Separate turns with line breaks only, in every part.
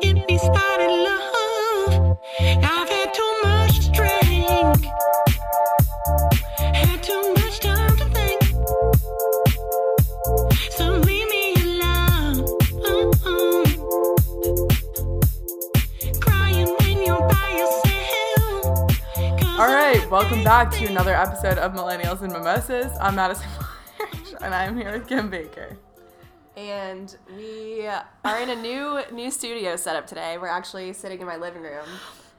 started love. I've had too much to drink. Had too much time to think. So leave me alone. Crying when you're by yourself. 'Cause
All right,
I
welcome back to another episode of Millennials and Mimosas. I'm Madison Marsh, and I'm here with Kim Baker.
And we are in a new new studio setup today. We're actually sitting in my living room,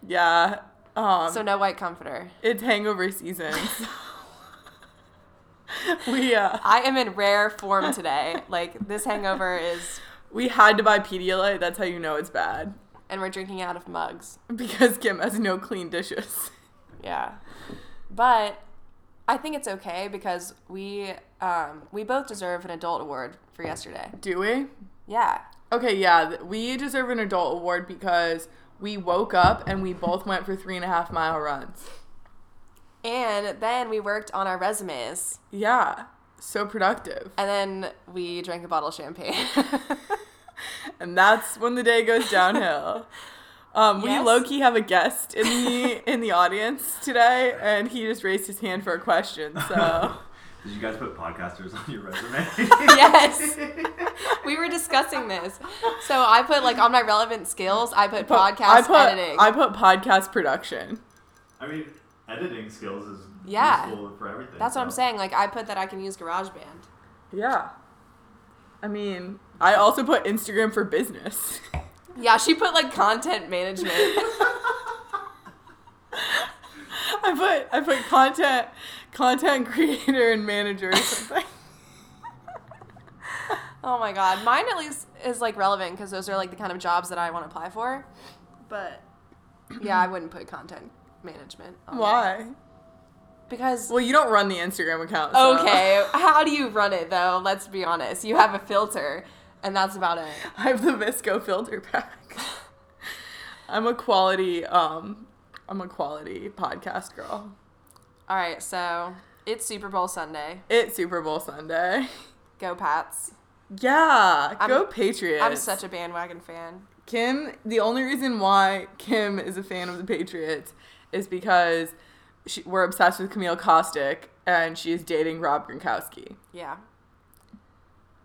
Yeah, um,
so no white comforter.
it's hangover season. so- we uh,
I am in rare form today. Like this hangover is,
we had to buy Pedialyte. That's how you know it's bad
and we're drinking out of mugs.
because Kim has no clean dishes.
Yeah, but I think it's okay because we um, we both deserve an adult award for yesterday.
Do we?
Yeah,
Okay, yeah, th- we deserve an adult award because we woke up and we both went for three and a half mile runs.
and then we worked on our resumes,
Yeah, so productive.
and then we drank a bottle of champagne.
and that's when the day goes downhill. Um,
Yes.
We low key have a guest in the in the audience today, and he just raised his hand for a question. So
Did you guys put podcasters on your resume?
yes. we were discussing this. So I put like on my relevant skills, I put podcast
I put
editing.
I put podcast production.
I mean, editing skills is
Yeah.
useful for everything.
That's what I'm
so.
saying. Like I put that I can use GarageBand.
Yeah, I mean, I also put Instagram for business.
Yeah, she put like content management.
I put I put content content creator and manager or something.
oh my god, mine at least is like relevant because those are like the kind of jobs that I want to apply for. But yeah, I wouldn't put content management. on there.
Why?
Because
Well, you don't run the Instagram account. so-
okay, how do you run it though? Let's be honest. You have a filter, and that's about it.
I have the Visco filter pack. I'm a quality um I'm a quality podcast girl.
All right, so it's Super Bowl Sunday.
It's Super Bowl Sunday.
Go Pats.
Yeah,
I'm-
go Patriots.
I'm such a bandwagon fan.
Kim, the only reason why Kim is a fan of the Patriots is because she, we're obsessed with Camille Kostick and she is dating Rob Gronkowski.
Yeah.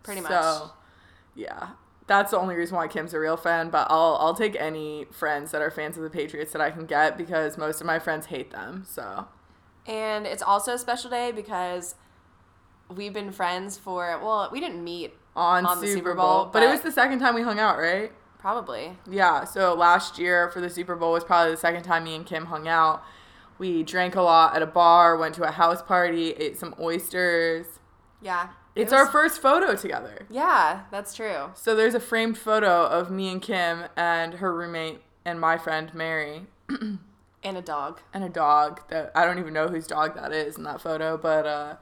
Pretty
So,
much.
yeah. That's the only reason why Kim's a real fan, but I'll I'll take any friends that are fans of the Patriots that I can get because most of my friends hate them. So,
And it's also a special day because we've been friends for, well, we didn't meet
on,
on
Super,
the
Bowl, but, it was the second time we hung out, right?
probably.
Yeah. So last year for the Super Bowl was probably the second time me and Kim hung out. We drank a lot at a bar, went to a house party, ate some oysters.
Yeah. It
It's our
was-
first photo together.
Yeah, that's true.
So there's a framed photo of me and Kim and her roommate and my friend Mary
And a dog.
and a dog that I don't even know whose dog that is in that photo, but uh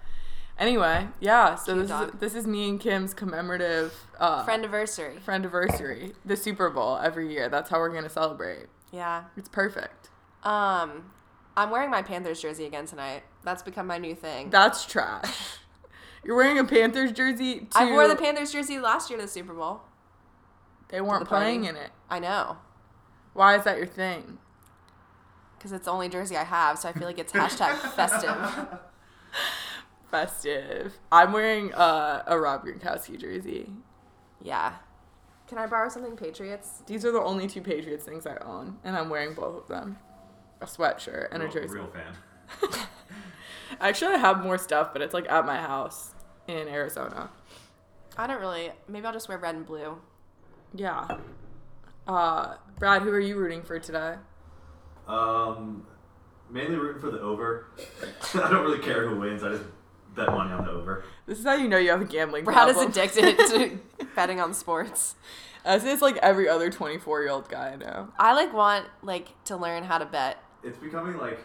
anyway, yeah, so
Cute
this is,
dog.
this is me and Kim's commemorative uh
Friend anniversary.
friendiversary, the Super Bowl every year. That's how we're gonna celebrate.
Yeah.
It's perfect.
Um, I'm wearing my Panthers jersey again tonight. That's become my new thing.
That's trash. You're wearing a Panthers jersey. To,
I wore the Panthers jersey last year to the Super Bowl.
They weren't
the party.
playing in it.
I know.
Why is that your thing?
Because it's the only jersey I have, so I feel like it's hashtag festive.
Festive. I'm wearing uh, a Rob Gronkowski jersey.
Yeah. Can I borrow something Patriots?
These are the only two Patriots things I own, and I'm wearing both of them. A sweatshirt and a
Oh,
Real,
jersey.
real fan.
Actually, I have more stuff, but it's like at my house in Arizona.
I don't really. Maybe I'll just wear red and blue.
Yeah. Uh, Brad, who are you rooting for today?
Um, mainly rooting for the over. I don't really care who wins. I just bet money on the over.
This is how you know you have a gambling
Brad is
problem.
addicted to betting on sports.
As is like every other 24 year old guy I know.
I like want like to learn how to bet.
It's becoming like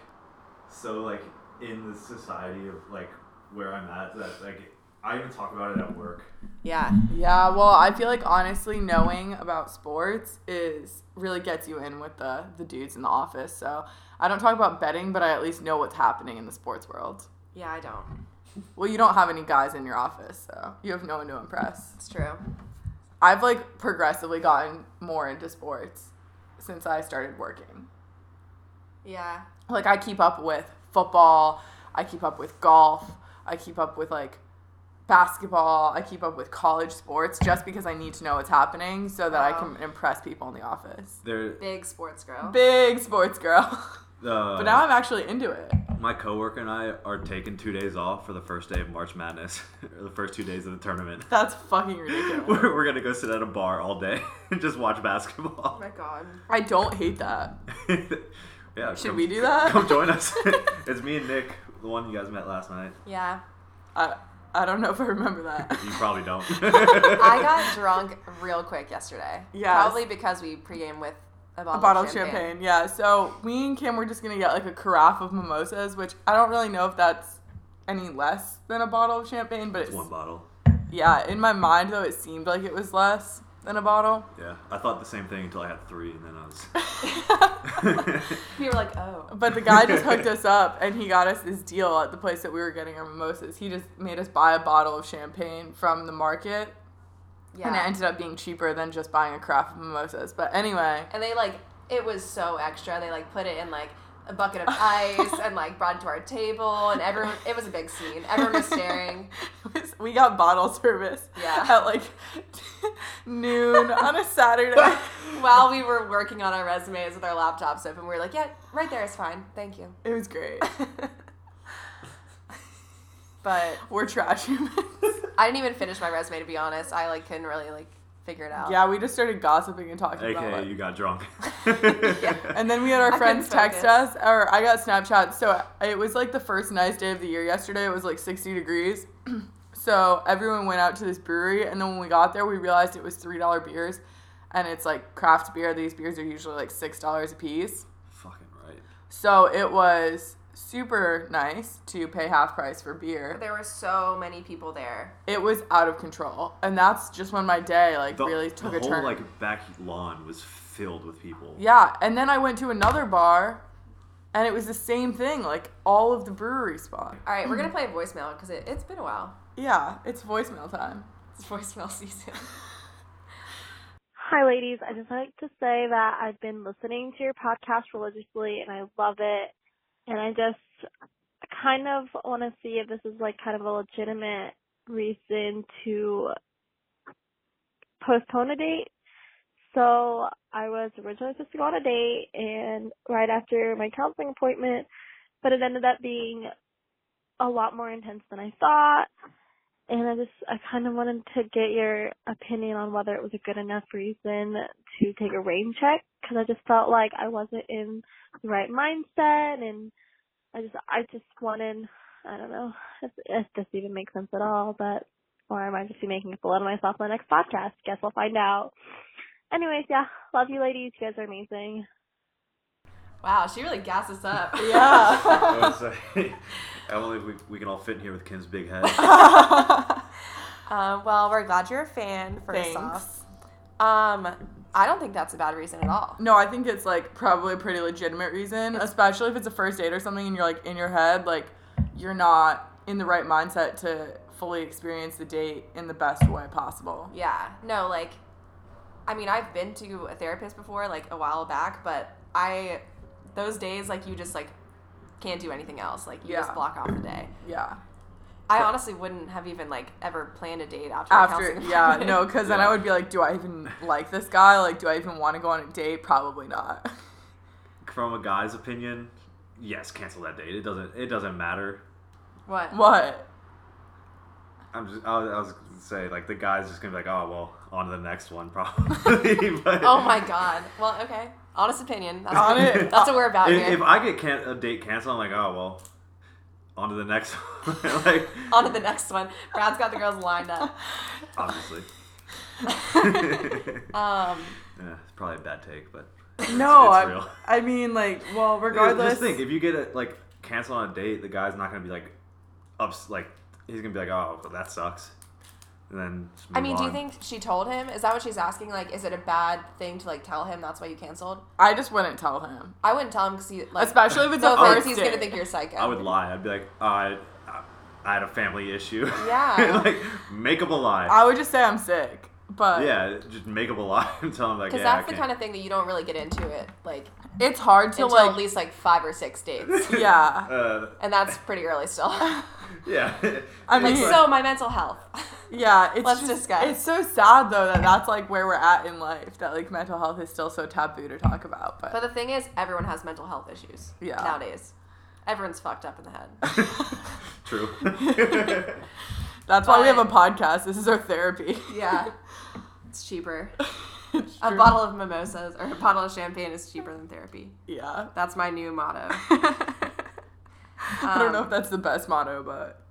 so like in the society of like where I'm at that like I even talk about it at work.
Yeah.
Yeah, well, I feel like honestly knowing about sports is really gets you in with the the dudes in the office. So I don't talk about betting, but I at least know what's happening in the sports world.
Yeah, I don't.
Well, you don't have any guys in your office, so you have no one to impress.
It's true.
I've like progressively gotten more into sports. since I started working.
Yeah.
Like I keep up with football, I keep up with golf, I keep up with like basketball, I keep up with college sports just because I need to know what's happening so that I
Wow.
can impress people in the office.
There,
uh,
Big sports girl.
Big sports girl.
uh,
But now I'm actually into it.
my coworker and I are taking two days off for the first day of March Madness, or the first two days of the tournament.
That's fucking ridiculous.
We're, we're gonna go sit at a bar all day and just watch
Oh
basketball.
my god.
I don't hate that.
yeah,
Should
come-
we do that?
Come join us. it's me and Nick, the one you guys met last night.
Yeah.
I, I don't know if I remember that.
You probably don't.
I got drunk real quick yesterday.
Yes.
Probably because we pregame with a bottle,
a bottle
of
of champagne. Yeah. So me and Kim were just gonna get like a carafe of mimosas, which I don't really know if that's any less than a bottle of champagne, but
It's
it's,
one bottle.
yeah. In my mind though, it seemed like it was less than a bottle.
Yeah, I thought the same thing until I had three, and then I was.
You were like, oh.
But the guy just hooked us up, and he got us this deal at the place that we were getting our mimosas. He just made us buy a bottle of champagne from the market,
Yeah.
and it ended up being cheaper than just buying a carafe of mimosas. But anyway,
and they like it was so extra. They like put it in like a bucket of ice and like brought it to our table and everyone it was a big scene. Everyone was staring.
we got bottle service
Yeah.
at like noon on a Saturday.
While we were working on our resumes with our laptops open, we were like, yeah, right there is fine. Thank you.
It was great.
But
We're trash humans.
I didn't even finish my resume to be honest. I like couldn't really like figure it out.
yeah, we just started gossiping and talking about
AKA,
it.
you got drunk.
And then we had our
I
friends
couldn't
text
focus.
us, or I got Snapchat. So it was like the first nice day of the year yesterday. It was like 60 degrees. so everyone went out to this brewery. And then when we got there, we realized it was $3 beers. And it's like craft beer. These beers are usually like $6 a piece.
Fucking right.
So it was super nice to pay half price for beer.
There were so many people there.
It was out of control. And that's just when my day like really took
the
a
whole
turn.
like back lawn was filled with people.
Yeah, and then I went to another bar, and it was the same thing, like all of the brewery spot.
All right, we're
Mm.
gonna play voicemail because it, it's been a while.
Yeah, it's voicemail time.
It's voicemail season.
Hi, ladies. I just like to say that I've been listening to your podcast religiously and I love it. And I just kind of want to see if this is like kind of a legitimate reason to postpone a date. So I was originally supposed to go on a date and right after my counseling appointment, but it ended up being a lot more intense than I thought and I just I kind of wanted to get your opinion on whether it was a good enough reason to take a rain check because I just felt like I wasn't in the right mindset and I just I just wanted I don't know if, if this even makes sense at all but or I might just be making a fool out of myself in the next podcast guess we'll find out anyways yeah love you ladies you guys are amazing
Wow, she really gassed us up.
Yeah.
I was like, I believe we, we can all fit in here with Kim's big head.
Um, well, we're glad you're a fan. First
Thanks.
off, um, I don't think that's a bad reason at all.
no, I think it's like probably a pretty legitimate reason, especially if it's a first date or something and you're like in your head, like you're not in the right mindset to fully experience the date in the best way possible.
Yeah, no, like, I mean, I've been to a therapist before, like a while back, but I, those days, like, you just like can't do anything else. Like, you
Yeah.
just block off the day.
Yeah.
I honestly wouldn't have even like ever planned a date after. my
After,
counseling
yeah,
appointment.
no, because then
Yeah.
I would be like, do I even like this guy? Like, do I even want to go on a date? Probably not.
From a guy's opinion, yes, cancel that date. It doesn't it doesn't matter.
What?
what?
I'm just I was, I was gonna say like the guy's just gonna be like, oh well, on to the next one probably. but
Oh my god. Well, okay. Honest opinion. That's,
On
what,
it.
that's what we're about
If,
here.
if I get can- a date canceled, I'm like, oh well, on to the next one. like
On to the next one. Brad's got the girls lined up.
obviously.
Um,
Yeah, it's probably a bad take, but
No,
it's
I,
real.
I mean, like, well, regardless.
Just think, if you get a, like cancel on a date, the guy's not gonna be like ups. Like he's gonna be like, oh, well, that sucks. And then just
I
move
mean, do you
on.
think she told him? Is that what she's asking? Like, is it a bad thing to like tell him that's why you canceled?
I just wouldn't tell him,
I wouldn't tell him because he like
especially if it's
so
a
offense,
first
Oh, he's
date.
gonna think you're psycho.
I would lie. I'd be like, oh, I, I, I had a family issue.
Yeah.
like make up a lie.
I would just say I'm sick. But
yeah, just make up a lie and tell them like, yeah,
Because
I
that's the
can't.
kind of thing that you don't really get into it like
it's hard to
until
like
at least like five or six dates,
yeah.
uh,
and that's pretty early still. like
yeah.
I mean,
so, my mental health.
Yeah, it's
Let's
just,
discuss.
It's so sad though that that's like where we're at in life. That like mental health is still so taboo to talk about. But,
But the thing is, everyone has mental health issues
Yeah.
nowadays. Everyone's fucked up in the head.
True.
that's why we have a
but-
podcast. This is our therapy.
Yeah. It's cheaper.
It's
A
true.
bottle of mimosas or a bottle of champagne is cheaper than therapy.
Yeah.
That's my new motto.
I don't know
Um,
if that's the best motto, but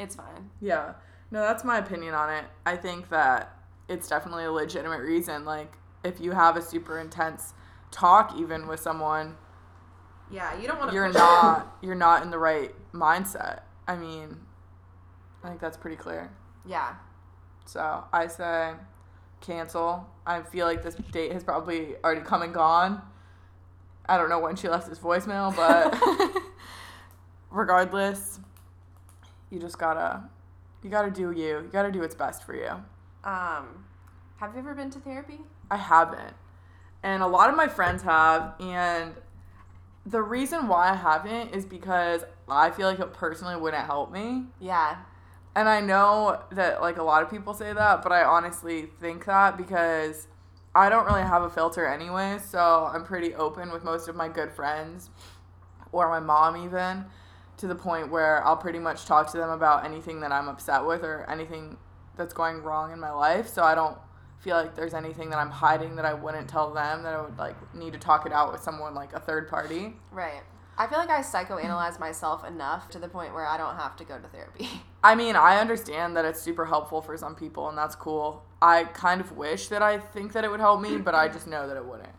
It's fine.
yeah. No, that's my opinion on it. I think that it's definitely a legitimate reason. Like if you have a super intense talk even with someone,
Yeah, you don't want to.
you're not you're not in the right mindset. I mean, I think that's pretty clear.
Yeah.
So I say cancel. I feel like this date has probably already come and gone. I don't know when she left this voicemail, but regardless, you just gotta you gotta do you. You gotta do what's best for you.
um, have you ever been to therapy?
I haven't. And a lot of my friends have. And the reason why I haven't is because I feel like it personally wouldn't help me.
Yeah.
And I know that like a lot of people say that, but I honestly think that because I don't really have a filter anyway, so I'm pretty open with most of my good friends or my mom even to the point where I'll pretty much talk to them about anything that I'm upset with or anything that's going wrong in my life. So I don't feel like there's anything that I'm hiding that I wouldn't tell them that I would like need to talk it out with someone like a third party.
Right. I feel like I psychoanalyze myself enough to the point where I don't have to go to therapy.
I mean, I understand that it's super helpful for some people, and that's cool. I kind of wish that I think that it would help me, but I just know that it wouldn't.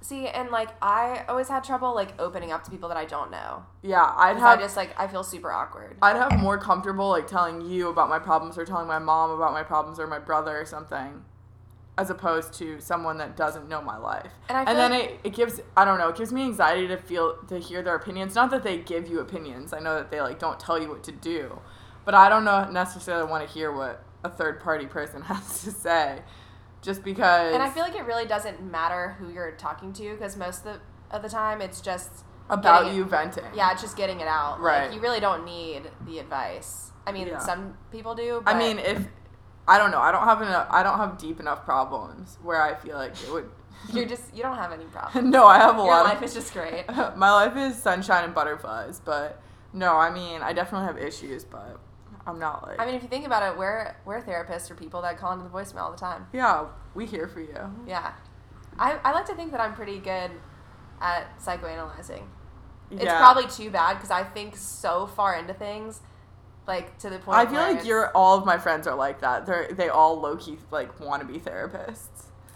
See, and like I always had trouble like opening up to people that I don't know.
Yeah, I'd
'Cause
have
I just like I feel super awkward.
I'd have more comfortable like telling you about my problems or telling my mom about my problems or my brother or something, as opposed to someone that doesn't know my life.
And I
and
feel
then it, it gives I don't know it gives me anxiety to feel to hear their opinions. Not that they give you opinions. I know that they like don't tell you what to do, but I don't know necessarily want to hear what a third party person has to say, just because.
And I feel like it really doesn't matter who you're talking to because most of the, of the time it's just
about
getting-
you venting.
Yeah, it's just getting it out.
Right.
Like, you really don't need the advice. I mean,
Yeah.
some people do. But
I mean, if I don't know, I don't have enough. I don't have deep enough problems where I feel like it would.
you're just you don't have any problems.
no, I have a
Your
lot.
life
of,
is just great.
my life is sunshine and butterflies, but no, I mean, I definitely have issues, but I'm not like.
I mean, if you think about it, we're we're therapists or people that call into the voicemail all the time.
yeah, we here for you.
Yeah, I I like to think that I'm pretty good at psychoanalyzing. It's
yeah.
probably too bad because I think so far into things, like to the point.
I feel
where
like
it's-
you're. All of my friends are like that. They're they all low key like want to be therapists.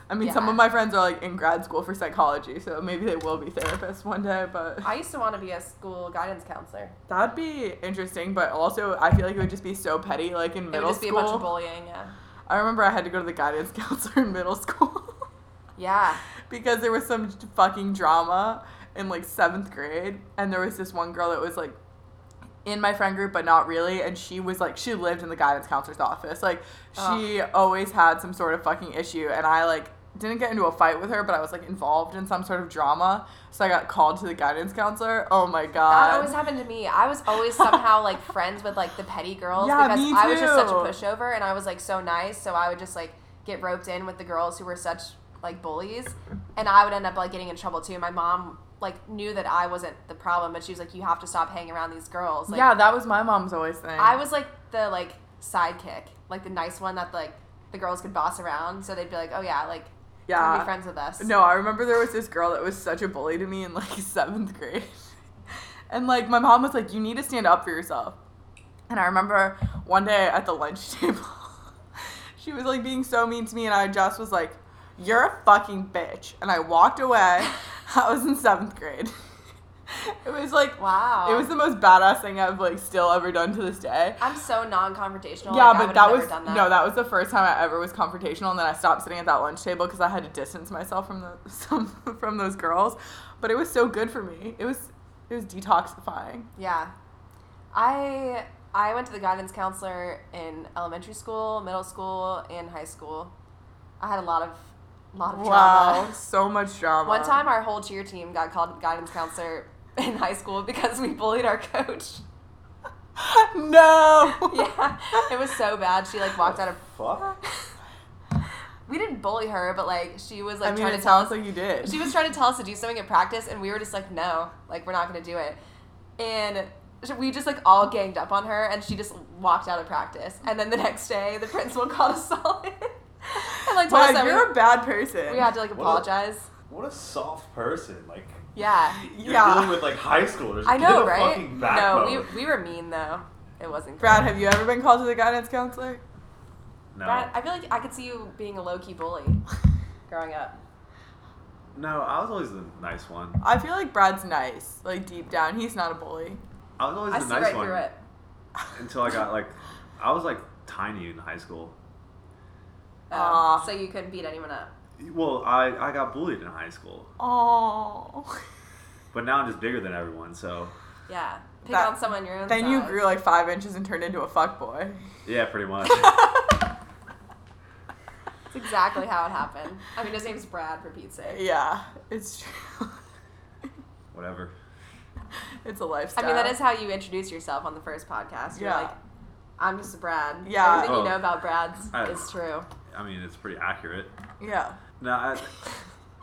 I mean, some
Yeah.
of my friends are like in grad school for psychology, so maybe they will be therapists one day. But
I used to want to be a school guidance counselor.
That'd be interesting, but also I feel like it would just be so petty, like in
It
middle
would just be
school.
a bunch of bullying. Yeah.
I remember I had to go to the guidance counselor in middle school
Yeah.
because there was some fucking drama in like seventh grade, and there was this one girl that was like in my friend group, but not really, and she was like she lived in the guidance counselor's office, like she always had some sort of fucking issue, and I like didn't get into a fight with her, but I was like involved in some sort of drama, so I got called to the guidance counselor. Oh my god,
That always happened to me. I was always somehow like friends with like the petty girls
Yeah,
because
me
I was just such a
too.
pushover and I was like so nice, so I would just like get roped in with the girls who were such like bullies, and I would end up like getting in trouble too. My mom like knew that I wasn't the problem, but she was like, "You have to stop hanging around these girls." Like,
yeah, that was my mom's always thing.
I was like the like sidekick, like the nice one that like the girls could boss around, so they'd be like, "Oh yeah, like come
Yeah.
be friends with us."
No, I remember there was this girl that was such a bully to me in like seventh grade. And like my mom was like, You need to stand up for yourself. And I remember one day at the lunch table, she was like being so mean to me, and I just was like, You're a fucking bitch. And I walked away. I was in seventh grade. It was like
Wow.
It was the most badass thing I've like still ever done to this day.
I'm so non-confrontational.
Yeah,
like, I
but
would've
that
never
was
done
no, that was the first time I ever was confrontational, and then I stopped sitting at that lunch table because I had to distance myself from the some from those girls. But it was so good for me. It was it was detoxifying.
Yeah. I I went to the guidance counselor in elementary school, middle school, and high school. I had a lot of lot of
Wow,
drama.
so much drama.
One time, our whole cheer team got called guidance counselor in high school because we bullied our coach.
no.
Yeah, it was so bad. She like walked out of.
Fuck.
We didn't bully her, but like she was like
I mean,
trying to
it
tell us
sounds like you did.
she was trying to tell us to do something at practice, and we were just like, no, like we're not gonna do it. And sh- we just like all ganged up on her, and she just walked out of practice. And then the next day, the principal called us all in and like told
wow,
us that
you're
we,
a bad person.
we had to like
What a-
apologize.
What a soft person. Like
Yeah,
you're
Yeah.
dealing with like high schoolers.
I
Get
know,
a
right?
Fucking
No,
backbone.
we we were mean though. It wasn't. Great.
Brad, have you ever been called to the guidance counselor?
No.
Brad, I feel like I could see you being a low key bully growing up.
No, I was always the nice one.
I feel like Brad's nice. Like deep down, he's not a bully.
I was always
I
the
see
nice
right
one
through it.
until I got like, I was like tiny in high school.
Oh,
Aw.
so you couldn't beat anyone up.
Well, I I got bullied in high school,
Oh.
but now I'm just bigger than everyone. So
Yeah, pick
That-
on someone your own
Then you
size.
grew like five inches and turned into a fuck boy.
yeah, pretty much.
That's exactly how it happened. I mean, his name's Brad for Pete's sake.
Yeah, it's true.
Whatever.
it's a lifestyle.
I mean, that is how you introduce yourself on the first podcast. You're
Yeah.
like, I'm just a Brad.
Yeah.
Everything
Oh.
you know about Brad's
I-
is true.
I mean, it's pretty accurate.
Yeah.
No, I,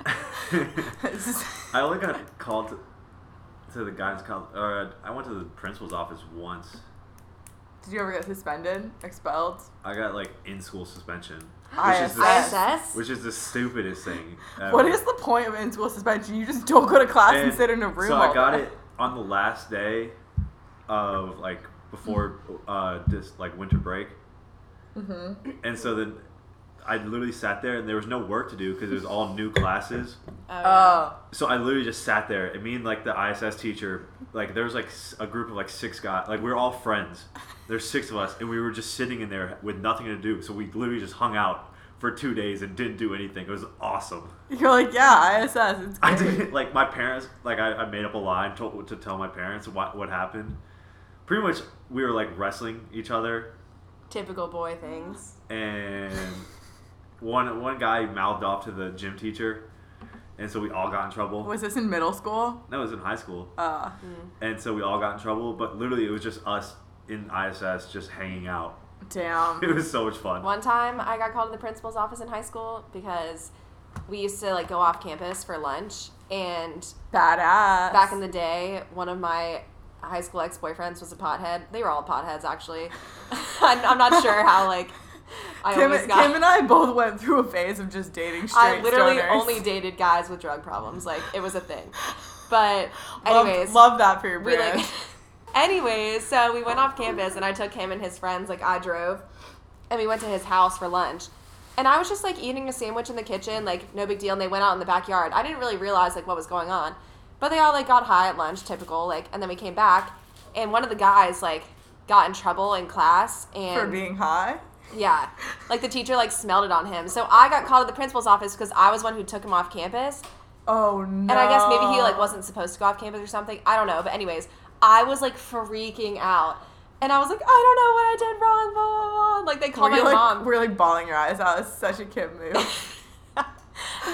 I only got called to, to the guidance counselor. Or uh, I went to the principal's office once.
Did you ever get suspended? Expelled?
I got like in school suspension, which is
ISS.
the,
ISS?
which is the stupidest thing. Ever.
What is the point of in-school suspension? You just don't go to class and,
And
sit in a room.
So
all
I got
day.
it on the last day of like before uh just like winter break. Mm-hmm. And so then I literally sat there and there was no work to do because it was all new classes.
Oh,
Oh.
So I literally just sat there. And me and like the ISS teacher, like there was like s- a group of like six guys. Like we were all friends. There's six of us, and we were just sitting in there with nothing to do. So we literally just hung out for two days and didn't do anything. It was awesome.
You're like, yeah, ISS. It's
I
great.
didn't like my parents. Like I, I made up a line to, to tell my parents what what happened. Pretty much, we were like wrestling each other,
Typical boy things.
and one one guy mouthed off to the gym teacher, and so we all got in trouble.
Was this in middle school?
no, it was in high school,
Uh,
and so we all got in trouble. But literally, it was just us in ISS just hanging out.
damn.
It was so much fun.
One time I got called to the principal's office in high school because we used to like go off campus for lunch and
Badass.
back in the day, one of my high school ex boyfriends was a pothead. They were all potheads, actually. I'm, I'm not sure how like I
Kim,
always got.
Kim and I both went through a phase of just dating straight
I literally
stoners.
only dated guys with drug problems. Like it was a thing. But
Love-
anyways,
love, that for your
we
brand.
like. anyways, so we went off campus and I took him and his friends. Like I drove, and we went to his house for lunch. And I was just like eating a sandwich in the kitchen, like no big deal. And they went out in the backyard. I didn't really realize like what was going on, but they all like got high at lunch, typical. Like, and then we came back, and one of the guys like got in trouble in class and
for being high.
yeah. Like the teacher like smelled it on him. So I got called to the principal's office because I was one who took him off campus.
Oh no.
And I guess maybe he like wasn't supposed to go off campus or something. I don't know. But anyways, I was like freaking out. And I was like, I don't know what I did wrong, blah blah blah. Like they
Were
called
you,
my
like,
mom.
We're like bawling your eyes out. It's such a Kim move.
and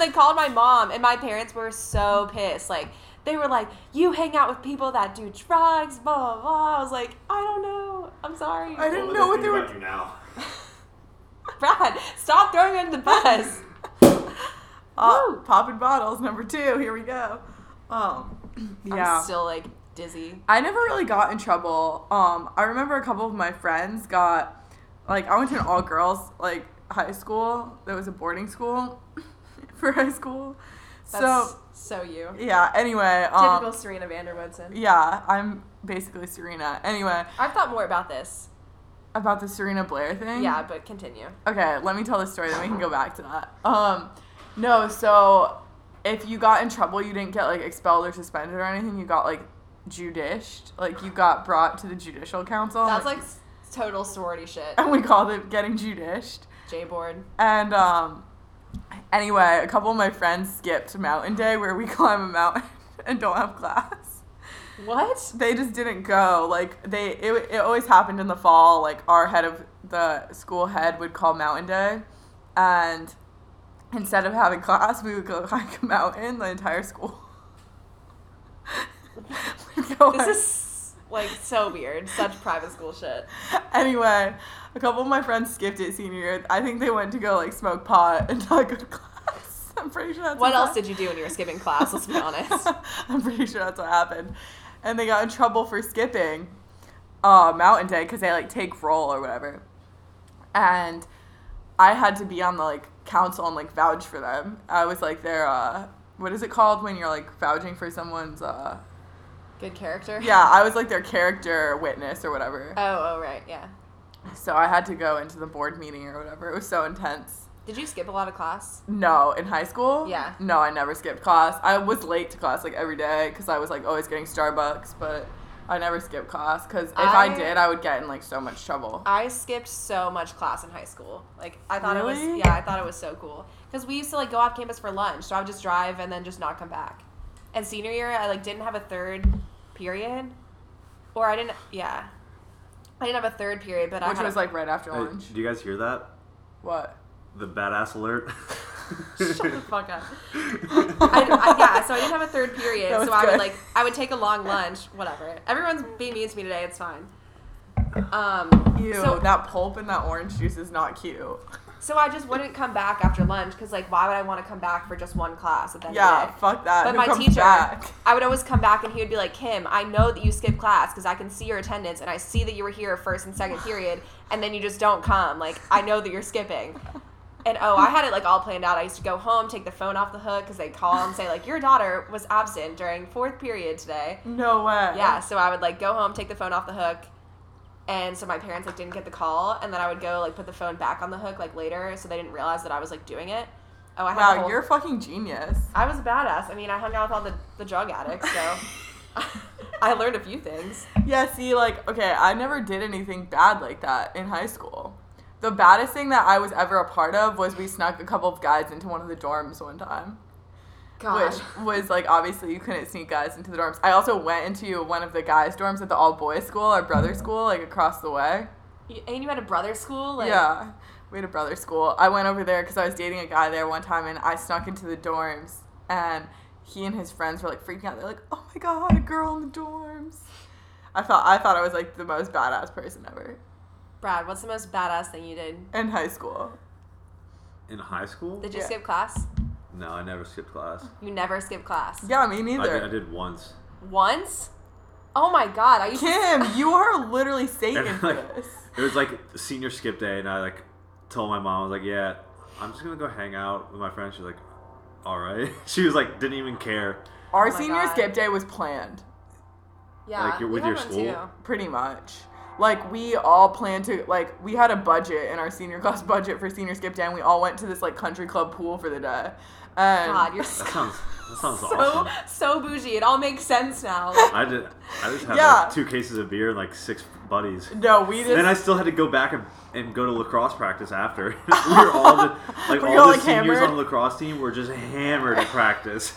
they called my mom and my parents were so pissed. Like they were like, You hang out with people that do drugs, blah blah blah. I was like, I don't know. I'm sorry.
I didn't know what they were.
About you now.
Brad, stop throwing her in the bus.
Uh,
Woo.
popping bottles, number two. Here we go. Um, yeah.
I'm still like dizzy.
I never really got in trouble. Um, I remember a couple of my friends got, like, I went to an all girls like high school. That was a boarding school for high school.
That's
so
so, you.
yeah. Anyway. Um,
Typical Serena Vanderwoodson.
Yeah, I'm basically Serena. Anyway,
I've thought more about this.
about the Serena Blair thing.
Yeah, but continue.
Okay, let me tell the story, then we can go back to that. Um, no, so if you got in trouble, you didn't get like expelled or suspended or anything. You got like judiced, like you got brought to the judicial council.
That's like s- total sorority shit.
and we called it getting judiced.
J board.
And um, anyway, a couple of my friends skipped mountain day where we climb a mountain and don't have class.
What?
they just didn't go like they it, it always happened in the fall like our head of the school head would call mountain day and Instead of having class, we would go hike a mountain, the entire school. We'd go
This
hike-
is like so weird. Such private school shit.
anyway, a couple of my friends skipped it senior year. I think they went to go like smoke pot and not go to class. I'm pretty sure that's
What else
happened.
did you do when you were skipping class? Let's be honest.
I'm pretty sure that's what happened. And they got in trouble for skipping uh, Mountain Day because they like take roll or whatever. And I had to be on the like council and like vouch for them. I was like their uh, what is it called when you're like vouching for someone's uh,
Good character.
yeah, I was like their character witness or whatever.
Oh, oh, right, yeah.
So I had to go into the board meeting or whatever. It was so intense.
Did you skip a lot of class?
No, in high school?
Yeah.
No, I never skipped class. I was late to class like every day because I was like always getting Starbucks, but I never skipped class because if I,
I-
did, I would get in like so much trouble.
I skipped so much class in high school. Like I thought it was
Really?
yeah, I thought it was so cool. Cuz we used to like go off campus for lunch, so I would just drive and then just not come back. And senior year, I like didn't have a third period or I didn't yeah. I didn't have a third period, but I
which
had
was
a-
like right after
Hey,
lunch.
do you guys hear that?
What?
The badass alert.
Shut the fuck up. I, I, yeah, so I didn't have a third period,
That
so
was
I would
good.
like I would take a long lunch, whatever. Everyone's being mean to me today. It's fine. Um,
Ew,
so
that pulp in that orange juice is not cute.
so I just wouldn't come back after lunch because like why would I want to come back for just one class at the end
Yeah,
of the day?
fuck that.
But
Who
my
comes
teacher,
back?
I would always come back and he would be like, Kim, I know that you skipped class because I can see your attendance and I see that you were here first and second period and then you just don't come. Like, I know that you're skipping. And oh, I had it like all planned out. I used to go home, take the phone off the hook because they'd call and say, like, your daughter was absent during fourth period today.
No way.
Yeah, so I would like go home, take the phone off the hook, and so my parents like didn't get the call, and then I would go like put the phone back on the hook like later, so they didn't realize that I was like doing it. Oh, I had the
Wow,
whole-
you're a fucking genius.
I was a badass. I mean, I hung out with all the the drug addicts, so I learned a few things.
Yeah, see, like, okay, I never did anything bad like that in high school. The baddest thing that I was ever a part of was we snuck a couple of guys into one of the dorms one time,
Gosh,
which was like obviously you couldn't sneak guys into the dorms. I also went into one of the guys' dorms at the all boys school, our
Mm-hmm.
brother school, like across the way.
You- and you had a brother school. Like,
yeah, we had a brother school. I went over there because I was dating a guy there one time, and I snuck into the dorms, and he and his friends were like freaking out. They're like, "Oh my god, a girl in the dorms!" I thought I thought I was like the most badass person ever.
Brad, what's the most badass thing you did?
in high school.
In high school?
Did you
Yeah.
skip class?
No, I never skipped class.
You never skip class.
Yeah, me
I did, I
neither.
did once.
Once? Oh my god, I used to
Kim, you are literally Satan
And,
for
like,
this.
It was like senior skip day, and I like told my mom, I was like, "Yeah, I'm just gonna go hang out with my friends." She's like, "All right." She was like, didn't even care.
Our
Oh my
senior
God.
skip day was planned,
yeah,
like, you're
we
with
had
your
one
school?
too.
pretty much. Like we all planned to like we had a budget in our senior class budget for senior skip day, and we all went to this like country club pool for the day. Um, And
God, you're
That sounds. That sounds
so
awesome.
so bougie. It all makes sense now.
I did. I just had
Yeah.
like two cases of beer and like six buddies.
no, we just
Then I still had to go back and, and go to lacrosse practice after. we were all the, like
Were
all
you all,
the
like,
seniors
hammered?
on the lacrosse team were just hammered at practice.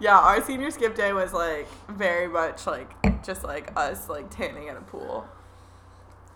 yeah, our senior skip day was like very much like just like us like tanning in a pool.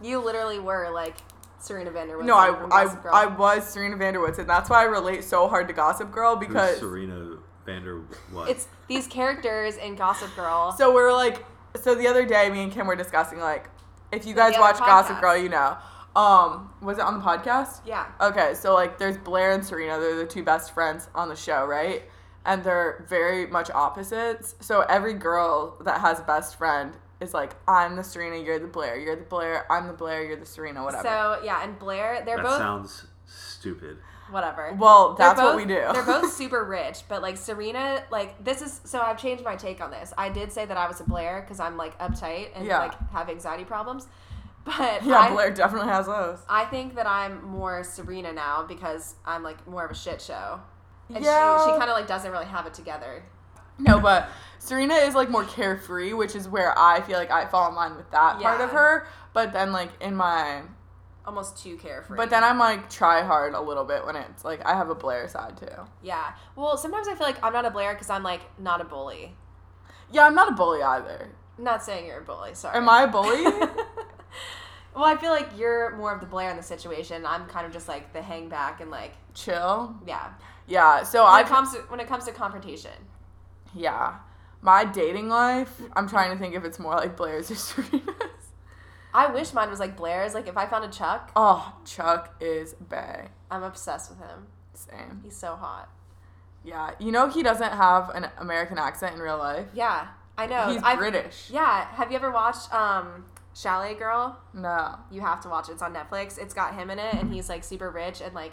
You literally were like Serena Vanderwood.
No, I
from
I,
Gossip Girl.
I was Serena Vanderwoods, and that's why I relate so hard to Gossip Girl because
Serena Vander what?
It's these characters in Gossip Girl.
So we were like, so the other day, me and Kim were discussing like, if you guys
other
watch
podcast.
Gossip Girl, you know, um, was it on the podcast?
yeah.
Okay, so like, there's Blair and Serena. They're the two best friends on the show, right? And they're very much opposites. So every girl that has a best friend is like, I'm the Serena, you're the Blair, you're the Blair, I'm the Blair, you're the Serena, whatever.
So yeah, and Blair, they're
that
both
sounds stupid.
whatever.
well,
They're
that's
both-
what we do.
They're both super rich, but like Serena, like this is so I've changed my take on this. I did say that I was a Blair because I'm like uptight and
Yeah.
like have anxiety problems, but
yeah,
I,
Blair definitely has those.
I think that I'm more Serena now because I'm like more of a shit show, and
Yeah.
she, she kind of like doesn't really have it together.
No, but Serena is like more carefree, which is where I feel like I fall in line with that part of
Yeah.
her. But then like in my
Almost too carefree.
but then I'm like try hard a little bit when it's like I have a Blair side too.
yeah. Well, sometimes I feel like I'm not a Blair because I'm like not a bully.
Yeah, I'm not a bully either.
Not saying you're a bully. Sorry.
Am I a bully?
Well, I feel like you're more of the Blair in the situation. I'm kind of just like the hang back and like,
Chill.
yeah.
Yeah. So
When
I
it comes to, when it comes to confrontation,
yeah. My dating life, I'm trying to think if it's more like Blair's or Serena's.
I wish mine was like Blair's. Like if I found a Chuck,
Oh, Chuck is bae.
I'm obsessed with him.
Same.
He's so hot.
Yeah. You know he doesn't have an American accent in real life.
Yeah, I know.
He's
I've-
British.
Yeah. Have you ever watched um, Chalet Girl?
No.
You have to watch it. It's on Netflix. It's got him in it, and he's like super rich, and like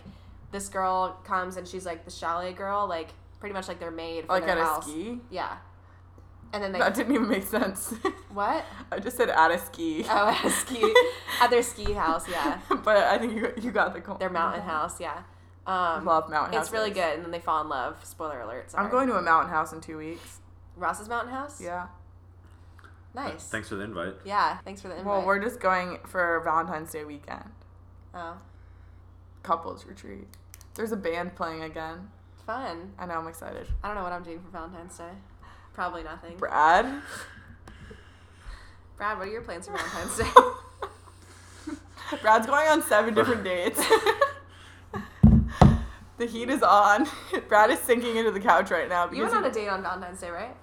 this girl comes and she's like the chalet girl, like pretty much like they're made for
Like at
their
a
house.
ski?
Yeah. And then they
That didn't even make sense.
what?
I just said at a ski.
Oh, at a ski at their ski house. Yeah,
but I think you, you got the
their mountain house. Yeah. Um,
Love mountain
It's really
houses.
good, and then they fall in love. Spoiler alert. Sorry.
I'm going to a mountain house in two weeks.
Ross's Mountain House.
Yeah.
Nice.
Thanks for the invite.
Yeah. Thanks for the invite.
Well, we're just going for Valentine's Day weekend.
oh,
Couples retreat. There's a band playing again.
fun.
I know, I'm excited.
I don't know what I'm doing for Valentine's Day. Probably nothing.
Brad?
Brad, what are your plans for Valentine's Day?
Brad's going on seven different dates. the heat is on. Brad is sinking into the couch right now.
you
Because
went on a date on Valentine's Day, right?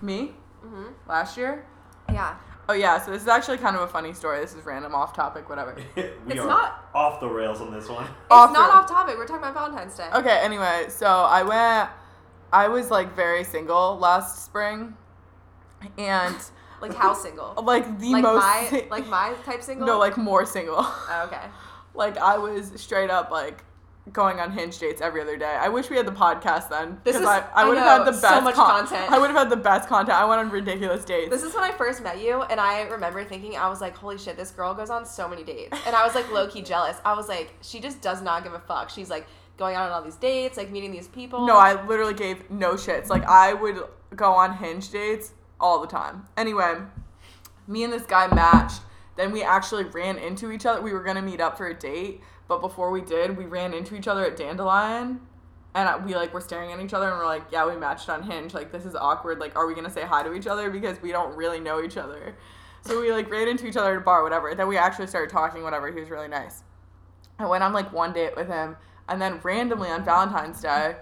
Me?
Mm-hmm.
Last year?
Yeah.
Oh, yeah, so this is actually kind of a funny story. This is random, off topic, whatever.
we
It's
are
not-
off the rails on this one.
It's
Off
not
road.
off topic. We're talking about Valentine's Day.
Okay, anyway, so I went I was like very single last spring and
Like how single?
like the
like
most
my like my type single.
No, like more single.
Oh, okay.
like I was straight up like going on hinge dates every other day. I wish we had the podcast then.
This
'cause
is-
I,
I
would have
know,
had the
so
best
much
con-
content.
I would have had the best content. I went on ridiculous dates.
This is when I first met you, and I remember thinking I was like, "Holy shit, this girl goes on so many dates," and I was like low key jealous. I was like, "She just does not give a fuck. She's like going out on all these dates, like meeting these people."
no, I literally gave no shits. Like I would go on hinge dates all the time. Anyway, me and this guy matched. Then we actually ran into each other. We were gonna meet up for a date, but before we did, we ran into each other at Dandelion, and I- we like were staring at each other and we're like, yeah, we matched on Hinge. Like this is awkward. Like, are we gonna say hi to each other because we don't really know each other? So we like ran into each other at a bar, whatever. Then we actually started talking, whatever. He was really nice. I went on like one date with him, and then randomly on Valentine's Day,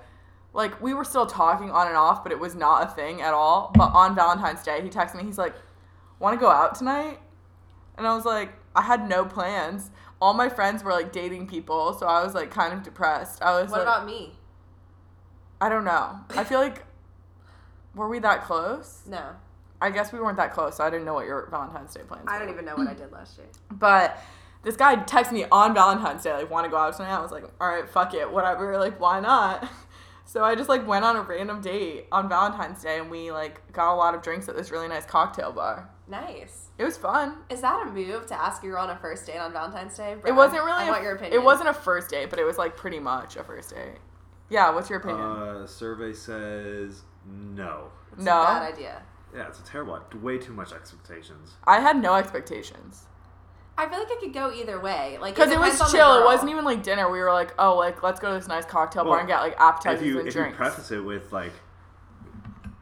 like we were still talking on and off, but it was not a thing at all. But on Valentine's Day, he texted me. He's like, "Want to go out tonight?" And I was like, I had no plans. All my friends were like dating people, so I was like kind of depressed. I was
What
like,
about me?
I don't know. I feel like were we that close?
No,
I guess we weren't that close, so I didn't know what your Valentine's Day plans.
I
were.
don't even know what I did last year.
But this guy texted me on Valentine's Day, like, want to go out tonight? I was like, all right, fuck it, whatever. Like, why not? So I just like went on a random date on Valentine's Day, and we like got a lot of drinks at this really nice cocktail bar.
Nice.
It was fun.
Is that a move to ask your girl on a first date on Valentine's Day?
It wasn't really.
I
a-
want your opinion.
It wasn't a first date, but it was like pretty much a first date. Yeah. What's your opinion?
Uh, survey says no.
It's
no.
a bad idea.
Yeah, it's a terrible. Way too much expectations.
I had no expectations
I feel like it could go either way. Like
because it was
depends on the
chill. It
girl.
wasn't even like dinner. We were like, oh, like let's go to this nice cocktail bar
Well,
and get like
if
appetizers
you
and
if
drinks.
you preface it with like,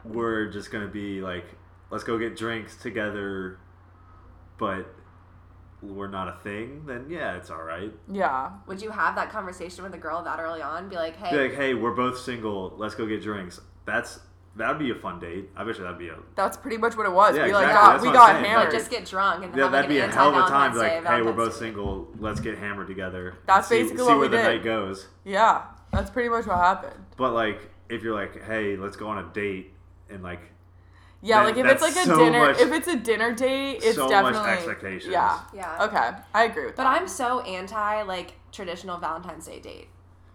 we're just gonna be like, let's go get drinks together, but we're not a thing. Then yeah, it's all right.
yeah.
Would you have that conversation with a girl that early on? Be like,
Be
hey,
like, hey, we're both single. Let's go get drinks. That's that'd be a fun date. I bet you that'd be a
That's pretty much what it was.
Yeah,
we like
exactly.
got
That's
we
what I'm
got
saying.
hammered.
like just get drunk and
yeah,
have like
that'd
an
be a
anti-
hell of a time.
Valentine's
Be like,
Day,
hey, we're both
Valentine's Day.
single. Let's get hammered together. and
That's
see-
basically
see,
what we
where the
did.
night goes.
yeah, that's pretty much what happened.
But like, if you're like, hey, let's go on a date, and like,
Yeah,
That-
like if it's
that's
like a
so
dinner,
much-
if it's a dinner date, it's
so much
definitely
expectations.
Yeah,
Yeah.
Okay, I agree with
But
that.
I'm so anti like traditional Valentine's Day date.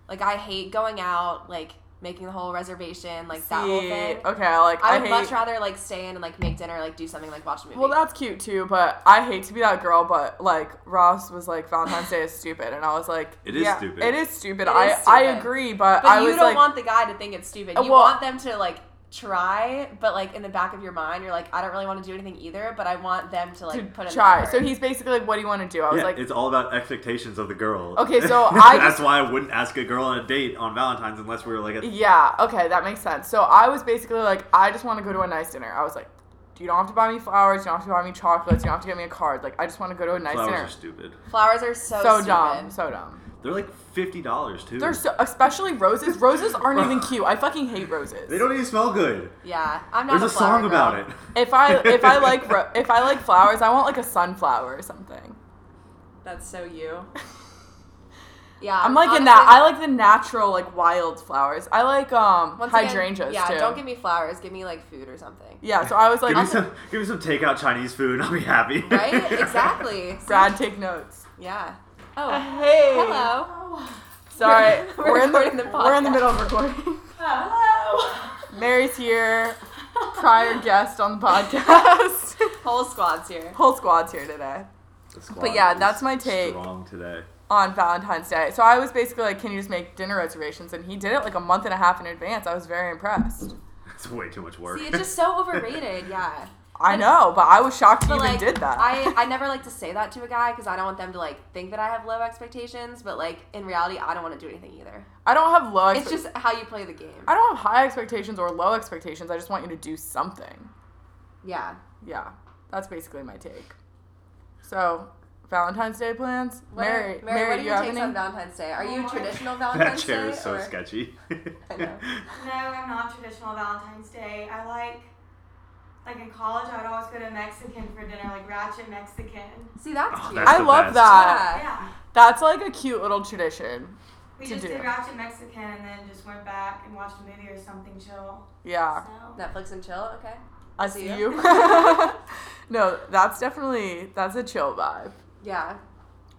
Like I hate going out, like making the whole reservation, like that whole
See,
thing.
Okay, like I,
I
hate.
would much rather like stay in and like make dinner, like do something, like watch a movie.
well, that's cute too, but I hate to be that girl. But like Ross was like, Valentine's Day is stupid, and I was like,
It is
yeah,
stupid.
It is stupid.
It
I
is
I
stupid.
agree, but,
But
I
you
was
don't
like,
want the guy to think it's stupid.
Uh,
You
well-
want them to like try, but like in the back of your mind, you're like, I don't really want to do anything either, but I want them to like
to
put in the
try.
effort.
So he's basically like, what do you want to do? I was
yeah,
like,
it's all about expectations of the girl.
Okay, so I
that's
just-
why I wouldn't ask a girl on a date on Valentine's unless we were like, a,
Yeah, okay, that makes sense. So I was basically like, I just want to go to a nice dinner. I was like, you don't have to buy me flowers. You don't have to buy me chocolates. You don't have to get me a card. Like I just want to go to a nice
Flowers
dinner.
are stupid.
Flowers are so
so
stupid.
dumb. So dumb.
They're like fifty dollars too.
They're so, especially roses. Roses aren't even cute. I fucking hate roses.
They don't even smell good.
yeah, I'm not.
There's a
flower
song
girl.
about it.
If I if I like ro- if I like flowers, I want like a sunflower or something.
That's so you. Yeah,
I'm like in that. I like the natural like wild flowers. I like um
Once again,
hydrangeas
yeah,
too.
don't give me flowers. Give me like food or something.
yeah, so I was like,
give me some, give me some takeout Chinese food, and I'll be happy.
Right? Exactly.
Brad, take notes.
Yeah. Oh.
Hey.
Hello.
Sorry,
We're
we're, in
recording
the,
the
we're in the
podcast.
middle of recording.
Hello.
Mary's here, prior guest on the podcast.
Whole squad's here.
Whole squad's here today
The squad
But yeah,
is
that's my take.
Strong today.
on Valentine's Day. So I was basically like, "Can you just make dinner reservations?" And he did it like a month and a half in advance. I was very impressed.
It's way too much work.
See, it's just so overrated. Yeah.
I know, but I was shocked he
But
even
like,
did that.
I I never like to say that to a guy because I don't want them to like think that I have low expectations. But like in reality, I don't want to do anything either.
I don't have low.
It's
expe-
just how you play the game.
I don't have high expectations or low expectations. I just want you to do something.
Yeah.
Yeah, that's basically my take. So, Valentine's Day plans.
What are-
Mary,
Mary, what are
do
your
you
takes on
have any?
Valentine's Day? Are you traditional
That
Valentine's Day?
chair is so
or-
sketchy.
I know.
No, I'm not traditional Valentine's Day. I like, like in college, I would always go to Mexican for dinner, like ratchet Mexican.
See, that's
Oh,
cute.
that's
I
the
love
best.
that.
yeah.
Yeah,
That's like a cute little tradition.
we
To
just
do.
did ratchet Mexican and then just went back and watched a movie or something chill.
Yeah,
So
Netflix and chill. Okay.
I see
See you.
you. no, that's definitely that's a chill vibe.
Yeah.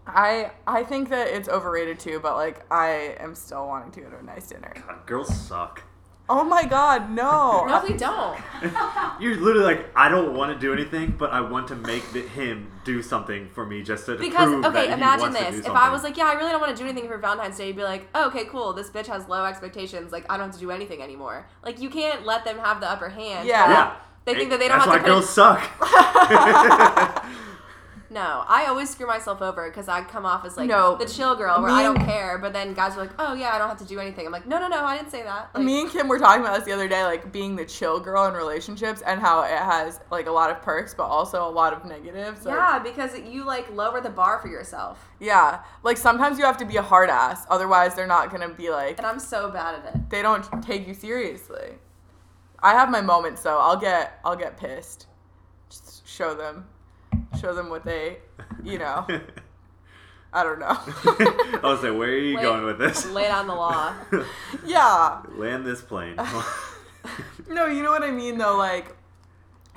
I I think that it's overrated too, but like I am still wanting to go to a nice dinner.
God, Uh, girls suck.
Oh my god, no. Uh,
No, we don't.
You're literally like, I don't want to do anything, but I want to make the, him do something for me just to
Because
prove
okay,
that
imagine
he wants
this.
To do
If I
something.
was like, yeah, I really don't want to do anything for Valentine's Day, you'd be like, oh, okay, cool. This bitch has low expectations. Like, I don't have to do anything anymore. Like, you can't let them have the upper hand.
Yeah.
yeah,
They think that they don't
that's
have to
why
put in-
girls suck.
No, I always screw myself over because I come off as like
No.
the chill girl where
Me
I don't
and-
care. But then guys are like, oh yeah, I don't have to do anything. I'm like, no, no, no, I didn't say that. Like,
Me and Kim were talking about this the other day, like being the chill girl in relationships and how it has like a lot of perks but also a lot of negatives. Like,
yeah, because you like lower the bar for yourself,
Yeah. Like sometimes you have to be a hard ass, otherwise they're not gonna be like
and I'm so bad at it.
they don't take you seriously. I have my moments though. I'll get I'll get pissed. Just show them show them what they you know. I don't know.
I was like, where are you
Lay-
going with this?
lay down the law.
yeah.
Land this plane.
No, you know what I mean though. Like,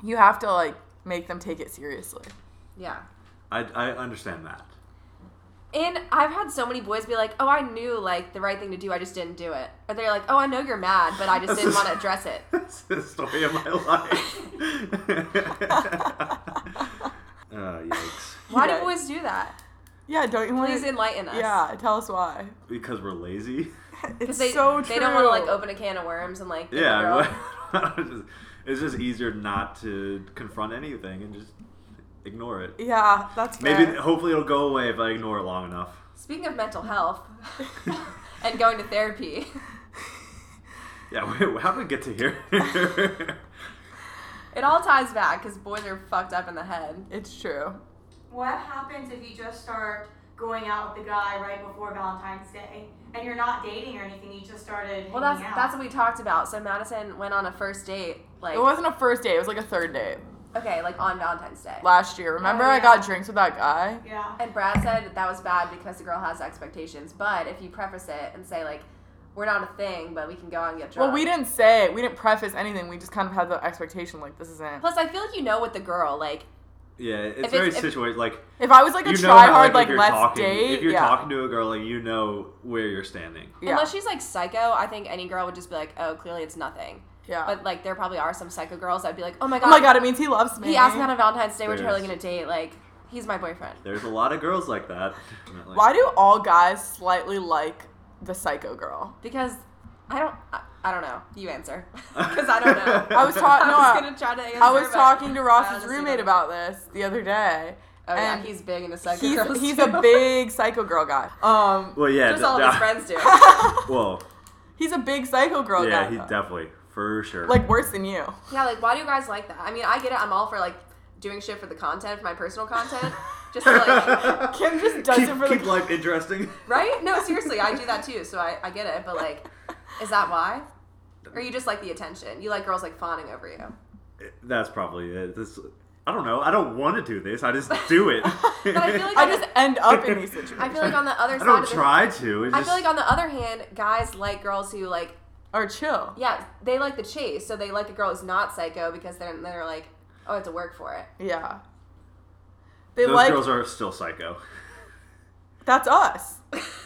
you have to like make them take it seriously.
Yeah.
I, I understand that.
And I've had so many boys be like, "Oh, I knew like the right thing to do, I just didn't do it." Or they're like, "Oh, I know you're mad, but I just didn't want to address it."
That's the story of my life. oh, yikes.
Why
Yeah.
do boys do that?
Yeah, don't you want?
Please enlighten us.
Yeah, tell us why.
Because we're lazy?
It's
Because they
so true.
they don't want to like open a can of worms and like. get the girl.
Yeah. it's just- it's just easier not to confront anything and just ignore it.
Yeah, that's fair.
Maybe, hopefully, it'll go away if I ignore it long enough.
Speaking of mental health and going to therapy,
Yeah, wait, how did we get to here?
it all ties back because boys are fucked up in the head.
it's true.
what happens if you just start going out with the guy right before Valentine's Day and you're not dating or anything? You just started.
Well, that's
hanging out?
that's what we talked about. So Madison went on a first date, like
It wasn't a first date. It was like a third date
okay, like on Valentine's Day.
last year. Remember,
Oh,
I
yeah.
got drinks with that guy.
yeah.
And Brad said that was bad because the girl has expectations. But if you preface it and say like, "We're not a thing, but we can go out and get drunk."
Well, we didn't say we didn't preface anything. We just kind of had the expectation like this isn't.
Plus, I feel like you know with the girl, like
yeah, it's
If
very
it's- if-
situated. Like,
If I was like a
you know,
try
how,
hard like,
like, if you're
let's
talking,
date,
if you're
yeah,
talking to a girl, like you know where you're standing.
yeah,
unless she's like psycho, I think any girl would just be like, "Oh, clearly it's nothing."
yeah.
But like, there probably are some psycho girls that'd be like, "Oh my god,
oh my god, it means he loves me.
he asked me out on Valentine's Day. We're
Yes.
totally gonna date. Like, he's my boyfriend."
There's a lot of girls like that. Like,
Why do all guys slightly like the psycho girl?
Because I don't, I, I don't know. You answer because I don't know.
I was talking. No,
I was
I,
gonna try to answer.
I was
but
talking to
I
Ross's
honestly
roommate
don't-
about this the other day.
Oh yeah,
and
he's big into psycho
he's
girls.
he's
too.
a big psycho girl guy. Um,
Well, yeah.
Just
d-
all of his
d-
friends do.
Well,
he's a big psycho girl
yeah,
guy.
he
though.
definitely for sure.
Like worse than you.
Yeah, like why do you guys like that? I mean, I get it. I'm all for like doing shit for the content, for my personal content, just to, like
Kim just does
keep,
it for the-
keep life interesting.
right? No, seriously, I do that too, so I, I get it. But like, is that why? Or you just like the attention? You like girls like fawning over you?
That's probably it. This, I don't know. I don't want to do this. I just do it.
But I feel like
I
on the-
just end up in these
I
situations.
feel like on the other
I
side
don't
of the,
try to. It's
I feel
just-
like on the other hand, guys like girls who like
Or chill.
yeah, they like the chase, so they like a girl who's not psycho because then they're like, oh, I have to work for it.
Yeah. They
those
like
girls are still psycho.
that's us.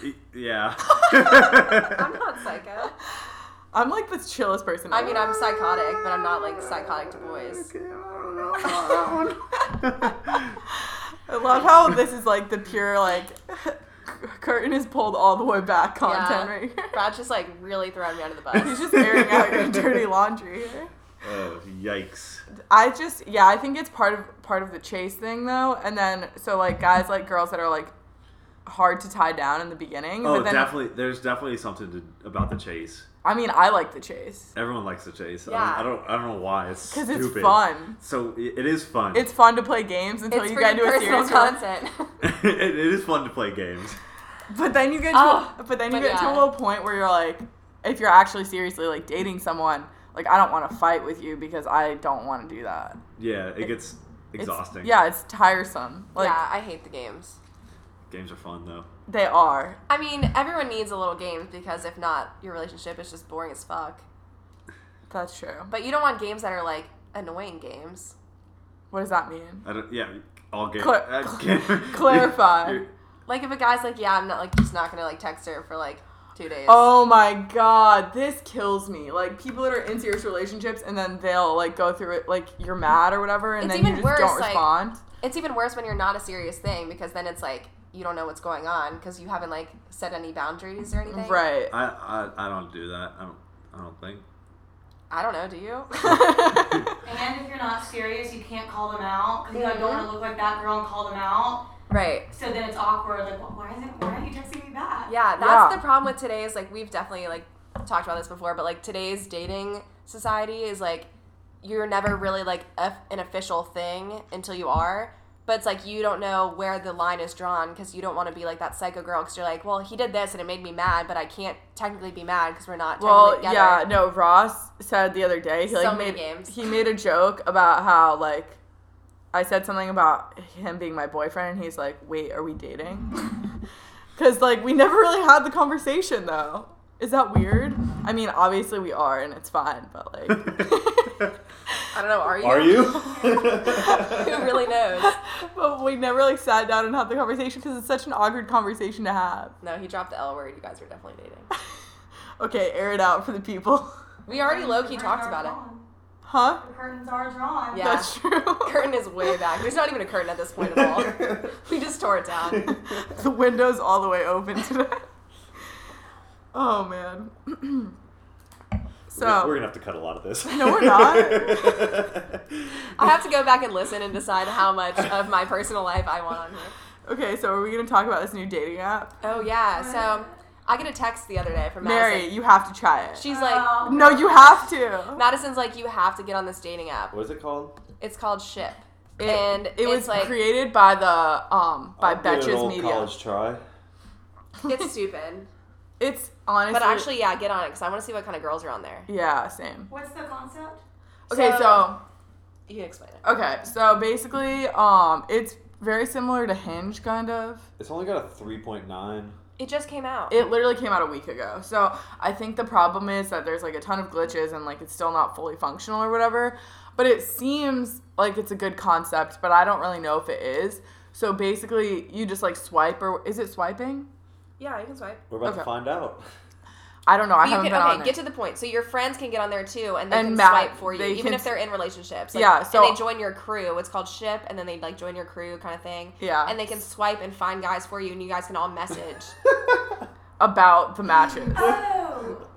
Y- Yeah.
I'm not psycho.
I'm like the chillest person.
I mean, I'm psychotic, but I'm not like psychotic to boys.
I love how this is like the pure like curtain is pulled all the way back content
Yeah.
right here.
Brad's just like really throwing me under the
He's
bus.
just airing out your dirty laundry here.
oh, yikes.
I just yeah, I think it's part of part of the chase thing though. And then so like guys like girls that are like hard to tie down in the beginning.
Oh,
but then
definitely. There's definitely something to, about the chase.
I mean I like the chase.
Everyone likes the chase.
Yeah.
I, don't, I don't. I don't know why. It's
'Cause
stupid.
it's fun.
So i- it is fun.
It's fun to play games until
it's
you
for
get
your
into a
personal
serious one.
content.
it, it is fun to play games.
But then you get to
Oh,
but then you
but
get
yeah.
to a point where you're like, if you're actually seriously like dating someone, like I don't want to fight with you because I don't want to do that.
Yeah, it
It's-
gets exhausting.
yeah, it's tiresome. Like
yeah, I hate the games.
Games are fun though.
they are.
I mean, everyone needs a little games because if not, your relationship is just boring as fuck.
That's true.
But you don't want games that are like annoying games.
What does that mean?
I don't. Yeah, all uh, games.
Cla- clarify.
Like if a guy's like, yeah, I'm not like just not gonna like text her for like two days.
Oh my god, this kills me. Like people that are in serious relationships and then they'll like go through it like you're mad or whatever and
It's
then you
even
just
worse,
don't
like-
respond.
It's even worse when you're not a serious thing because then it's like you don't know what's going on because you haven't like set any boundaries or anything.
right.
I, I I don't do that. I don't. I don't think.
I don't know. Do you?
And if you're not serious, you can't call them out because you don't want to look like that girl and call them out.
right.
So then it's awkward. Like, wh- why is it? Why are you texting me back?
Yeah, that's
Yeah.
the problem with today's like we've definitely like talked about this before, but like today's dating society is like you're never really like a, an official thing until you are. But it's like you don't know where the line is drawn because you don't want to be like that psycho girl because you're like, well, he did this and it made me mad, but I can't technically be mad because we're not. Technically
Well,
together.
yeah, no. Ross said the other day he
So
like
many
made
games.
he made a joke about how like I said something about him being my boyfriend, and he's like, "Wait, are we dating?" Because like we never really had the conversation though. Is that weird? I mean, obviously we are, and it's fine, but like,
I don't know. Are you?
Are you?
Who really knows?
but we never like sat down and had the conversation because it's such an awkward conversation to have.
No, he dropped the L word. You guys are definitely dating.
Okay, air it out for the people,
We already low key
The curtains
talked
are
about it.
drawn.
huh?
The curtains are drawn.
Yeah.
That's true.
Curtain is way back. There's not even a curtain at this point at all. We just tore it down.
the window's all the way open today. oh man.
We're,
so
gonna have to cut a lot of this.
no, we're not.
I have to go back and listen and decide how much of my personal life I want on here.
Okay, so are we gonna talk about this new dating app?
Oh yeah, so I get a text the other day from
Mary,
Madison.
you have to try it.
She's like, "Mm."
Oh.
no, you have to.
Madison's like, you have to get on this dating app.
what is it called?
It's called Ship,
It,
and
it was
it's like
created by the um by Betches Media.
try.
it's stupid.
It's honestly,
But actually, yeah, get on it because I want to see what kind of girls are on there.
yeah, same.
What's the concept?
Okay,
So-
so
You can explain it.
okay, so basically, um, it's very similar to Hinge, kind of.
It's only got a three point nine.
It just came out.
It literally came out a week ago. So I think the problem is that there's like a ton of glitches and like it's still not fully functional or whatever. But it seems like it's a good concept, but I don't really know if it is. So basically, you just like swipe or is it swiping?
yeah, you can swipe.
We're about
Okay.
to find out.
I don't know. I
But you
haven't
can,
been
okay,
on
get
it.
to the point. So your friends can get on there too, and they
And
can
Matt,
swipe for you,
they
even
can-
if they're in relationships. Like,
Yeah, so-
and they join your crew. It's called ship, and then they like join your crew, kind of thing.
Yeah.
and they can swipe and find guys for you, and you guys can all message.
about the matches.
Oh.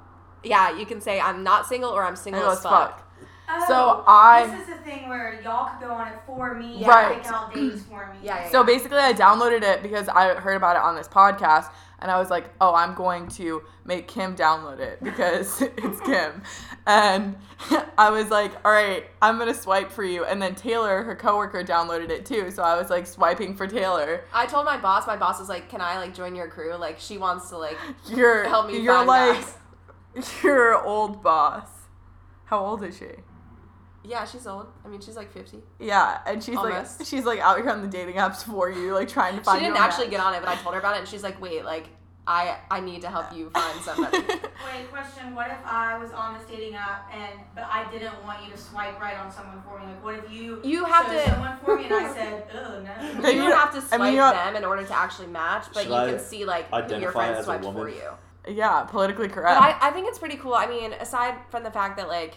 yeah, you can say I'm not single or I'm single
Single
as fuck.
Oh,
So I-
This is the thing where y'all could go on it for me.
Right.
Right. Pick out dates for me.
Yeah, yeah,
So basically, I downloaded it because I heard about it on this podcast, and I was like, "Oh, I'm going to make Kim download it because it's Kim." And I was like, "All right, I'm gonna swipe for you." And then Taylor, her coworker, downloaded it too, so I was like swiping for Taylor.
I told my boss. My boss was like, "Can I like join your crew? Like, she wants to like
You're
help me."
you're
find
like
guys."
your old boss. How old is she?
yeah, she's old. I mean, she's like fifty.
Yeah, and she's
Almost.
like she's like out here on the dating apps for you, like trying to find.
she didn't
your
actually
match.
get on it, but I told her about it, and she's like, "Wait, like, I I need to help you find somebody."
Wait, question. What if I was on this dating app and but I didn't want you to swipe right on someone for me? Like, what if you
You have
chose
to-
someone for me and I said, oh no.
Then
you
you-
don't have to
I
swipe
mean, you don't-
them in order to actually match, but
Should
you
I
can see like who your
identify
friends
as a
swiped
woman?
for you.
yeah, politically correct.
But I, I think it's pretty cool. I mean, aside from the fact that like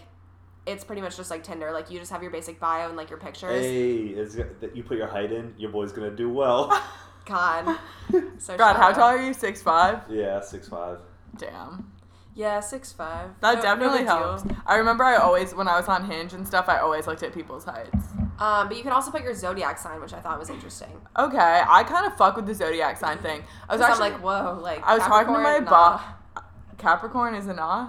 it's pretty much just like Tinder, like you just have your basic bio and like your pictures.
Hey, is that you put your height in, your boy's gonna do well.
God, so
God, how
shallow.
tall are you? Six five.
yeah, six five.
Damn.
Yeah, six five.
That definitely helps. I remember I always, when I was on Hinge and stuff, I always looked at people's heights.
Um, but you can also put your zodiac sign, which I thought was interesting.
Okay, I kind of fuck with the zodiac sign thing. I was
'Cause
actually
I'm like, whoa, like
I was talking to my
Capricorn,
boss.
nah.
Capricorn is a nah.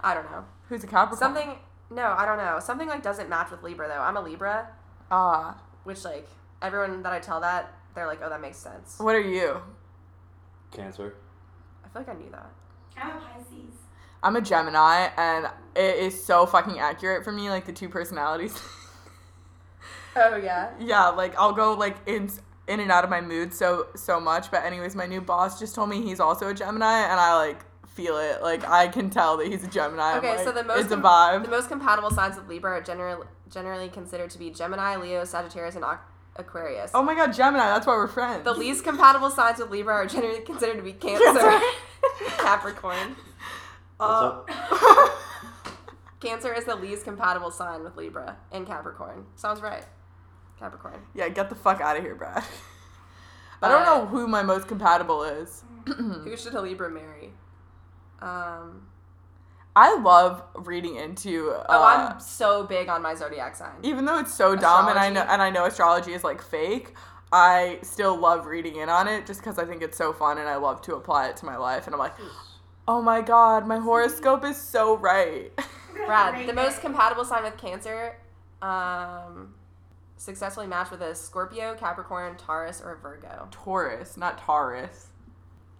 I don't know.
Who's a Capricorn?
Something. No, I don't know. Something like doesn't match with Libra though. I'm a Libra,
Ah,
which like everyone that I tell that they're like, oh, that makes sense.
what are you?
Cancer.
I feel like I knew that.
I'm a Pisces.
I'm a Gemini, and it is so fucking accurate for me. Like the two personalities.
Oh yeah.
yeah, like I'll go like in in and out of my mood so so much. But anyways, my new boss just told me he's also a Gemini, and I like feel it. Like I can tell that he's a Gemini. I'm
Okay, so
like,
the most
it's a
com-
vibe.
The most compatible signs with Libra are generally generally considered to be Gemini, Leo, Sagittarius, and Aqu- Aquarius.
Oh my god, Gemini, that's why we're friends.
The least compatible signs with Libra are generally considered to be Cancer, Capricorn.
Uh,
What's up?
Cancer is the least compatible sign with Libra and Capricorn. Sounds right. Capricorn.
yeah, get the fuck out of here, Brad. I don't
Uh,
know who my most compatible is.
Who should a Libra marry? Um,
I love reading into uh,
oh, I'm so big on my zodiac sign.
even though it's so dumb and I know
Astrology.
and I know astrology is like fake, I still love reading in on it just cuz I think it's so fun and I love to apply it to my life and I'm like, "Oh my god, my horoscope is so right."
Brad, the most compatible
compatible.
sign with Cancer, um, successfully matched with a Scorpio, Capricorn, Taurus, or Virgo.
Taurus, not Taurus.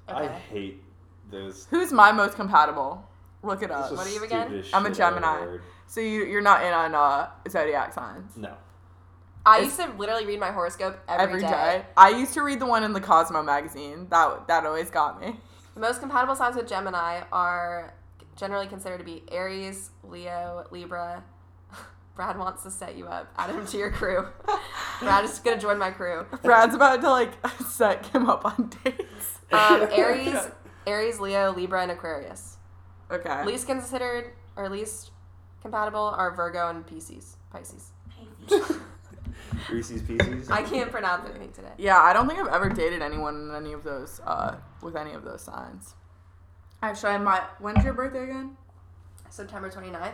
I
Okay.
hate those.
Who's my most compatible? Look it
this
up.
is
Uh, what are you
stupid
again?
as
I'm a
shit I've ever
Gemini.
heard.
So you you're not in on uh zodiac signs.
No.
I used to literally read my horoscope
every day.
day.
I used to read the one in the Cosmo magazine. That that always got me.
The most compatible signs with Gemini are generally considered to be Aries, Leo, Libra. Brad wants to set you up. Add him to your crew. Brad is gonna join my crew.
Brad's about to like set him up on dates.
Um, Aries, Aries, Leo, Libra, and Aquarius.
Okay.
Least considered or least compatible are Virgo and Pisces. Pisces.
Reese's Pieces.
I can't pronounce anything today.
yeah, I don't think I've ever dated anyone in any of those uh, with any of those signs. Actually, I might. When's your birthday again?
September 29th.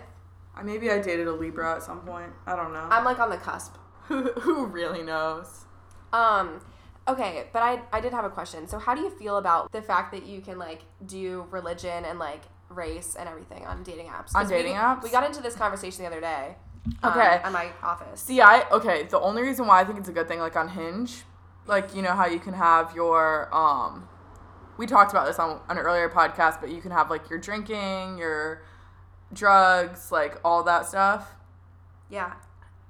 I maybe I dated a Libra at some point. I don't know.
I'm like on the cusp.
who who really knows?
Um, okay, but I I did have a question. So how do you feel about the fact that you can like do religion and like race and everything on dating apps? 'Cause
On dating
we,
apps?
we got into this conversation the other day.
Okay.
um, at my office.
See, I okay. The only reason why I think it's a good thing, like on Hinge, like you know how you can have your um, we talked about this on an earlier podcast, but you can have like your drinking, your drugs, like all that stuff.
Yeah,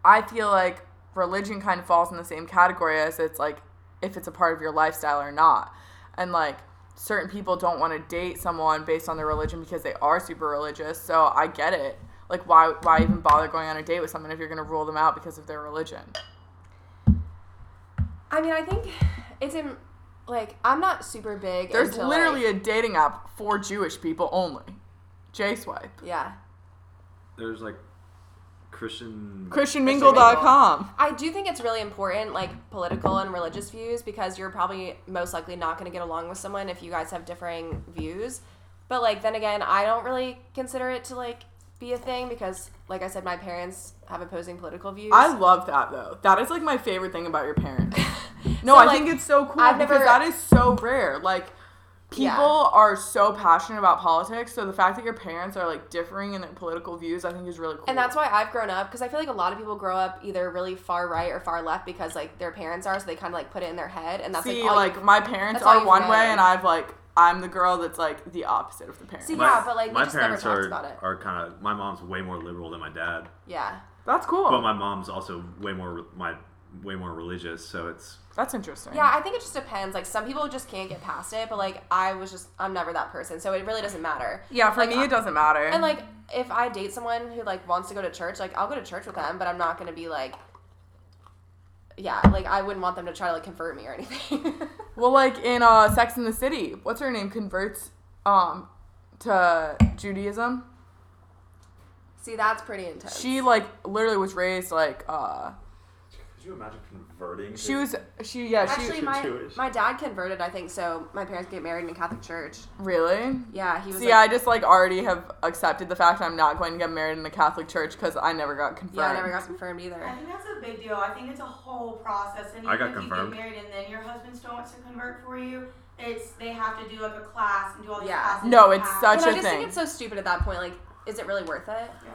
I feel like religion kind of falls in the same category as it's like if it's a part of your lifestyle or not. And like certain people don't want to date someone based on their religion because they are super religious. So I get it. Like why why even bother going on a date with someone if you're going to rule them out because of their religion?
I mean I think it's in like I'm not super big.
There's
into,
literally
like,
a dating app for Jewish people only. J Swipe.
yeah.
There's like Christian.
ChristianMingle.com.
I do think it's really important, like political and religious views, because you're probably most likely not going to get along with someone if you guys have differing views. But like then again, I don't really consider it to like be a thing because, like I said, my parents have opposing political views.
I love that though. That is like my favorite thing about your parents. No,
So,
I
like,
think it's so cool
I've
because
never-
that is so rare. Like people
Yeah.
are so passionate about politics, so the fact that your parents are like differing in their political views, I think is really cool.
and that's why I've grown up because I feel like a lot of people grow up either really far right or far left because like their parents are, so they kind of like put it in their head, and that's
see,
like all you
like my parents
that's all
are
you've
one
known.
way, and I've like I'm the girl that's like the opposite of the parents.
See,
My,
yeah, but like we
my
just never
parents
talked
are
about it.
are kind of. My mom's way more liberal than my dad,
yeah,
that's
Oh.
cool.
but my mom's also way more my way more religious. So it's
that's interesting.
yeah. I think it just depends. Like some people just can't get past it, but like I was just I'm never that person, so it really doesn't matter.
yeah. For
Like,
me, it doesn't matter.
And like, if I date someone who like wants to go to church, like I'll go to church with them, but I'm not gonna be like, yeah, like I wouldn't want them to try to like convert me or anything.
Well, like in uh, Sex in the City, what's her name converts um to Judaism.
See, that's pretty intense.
She like literally was raised like uh
Could you imagine converting?
she was she yeah she
actually my
Jewish.
my dad converted, I think, so my parents get married in a Catholic church.
really.
Yeah, he was.
See,
like,
I just like already have accepted the fact I'm not going to get married in the Catholic Church because I never got confirmed.
yeah, I never got confirmed either.
I think that's a big deal. I think it's a whole process, and
I
even
got
if
confirmed.
you get married and then your husband still wants to convert for you, it's they have to do like a class and do all these
Yeah.
classes.
No,
and
it's
pass.
such
But
a
I just
thing.
think it's so stupid at that point. Like, is it really worth it?
Yeah.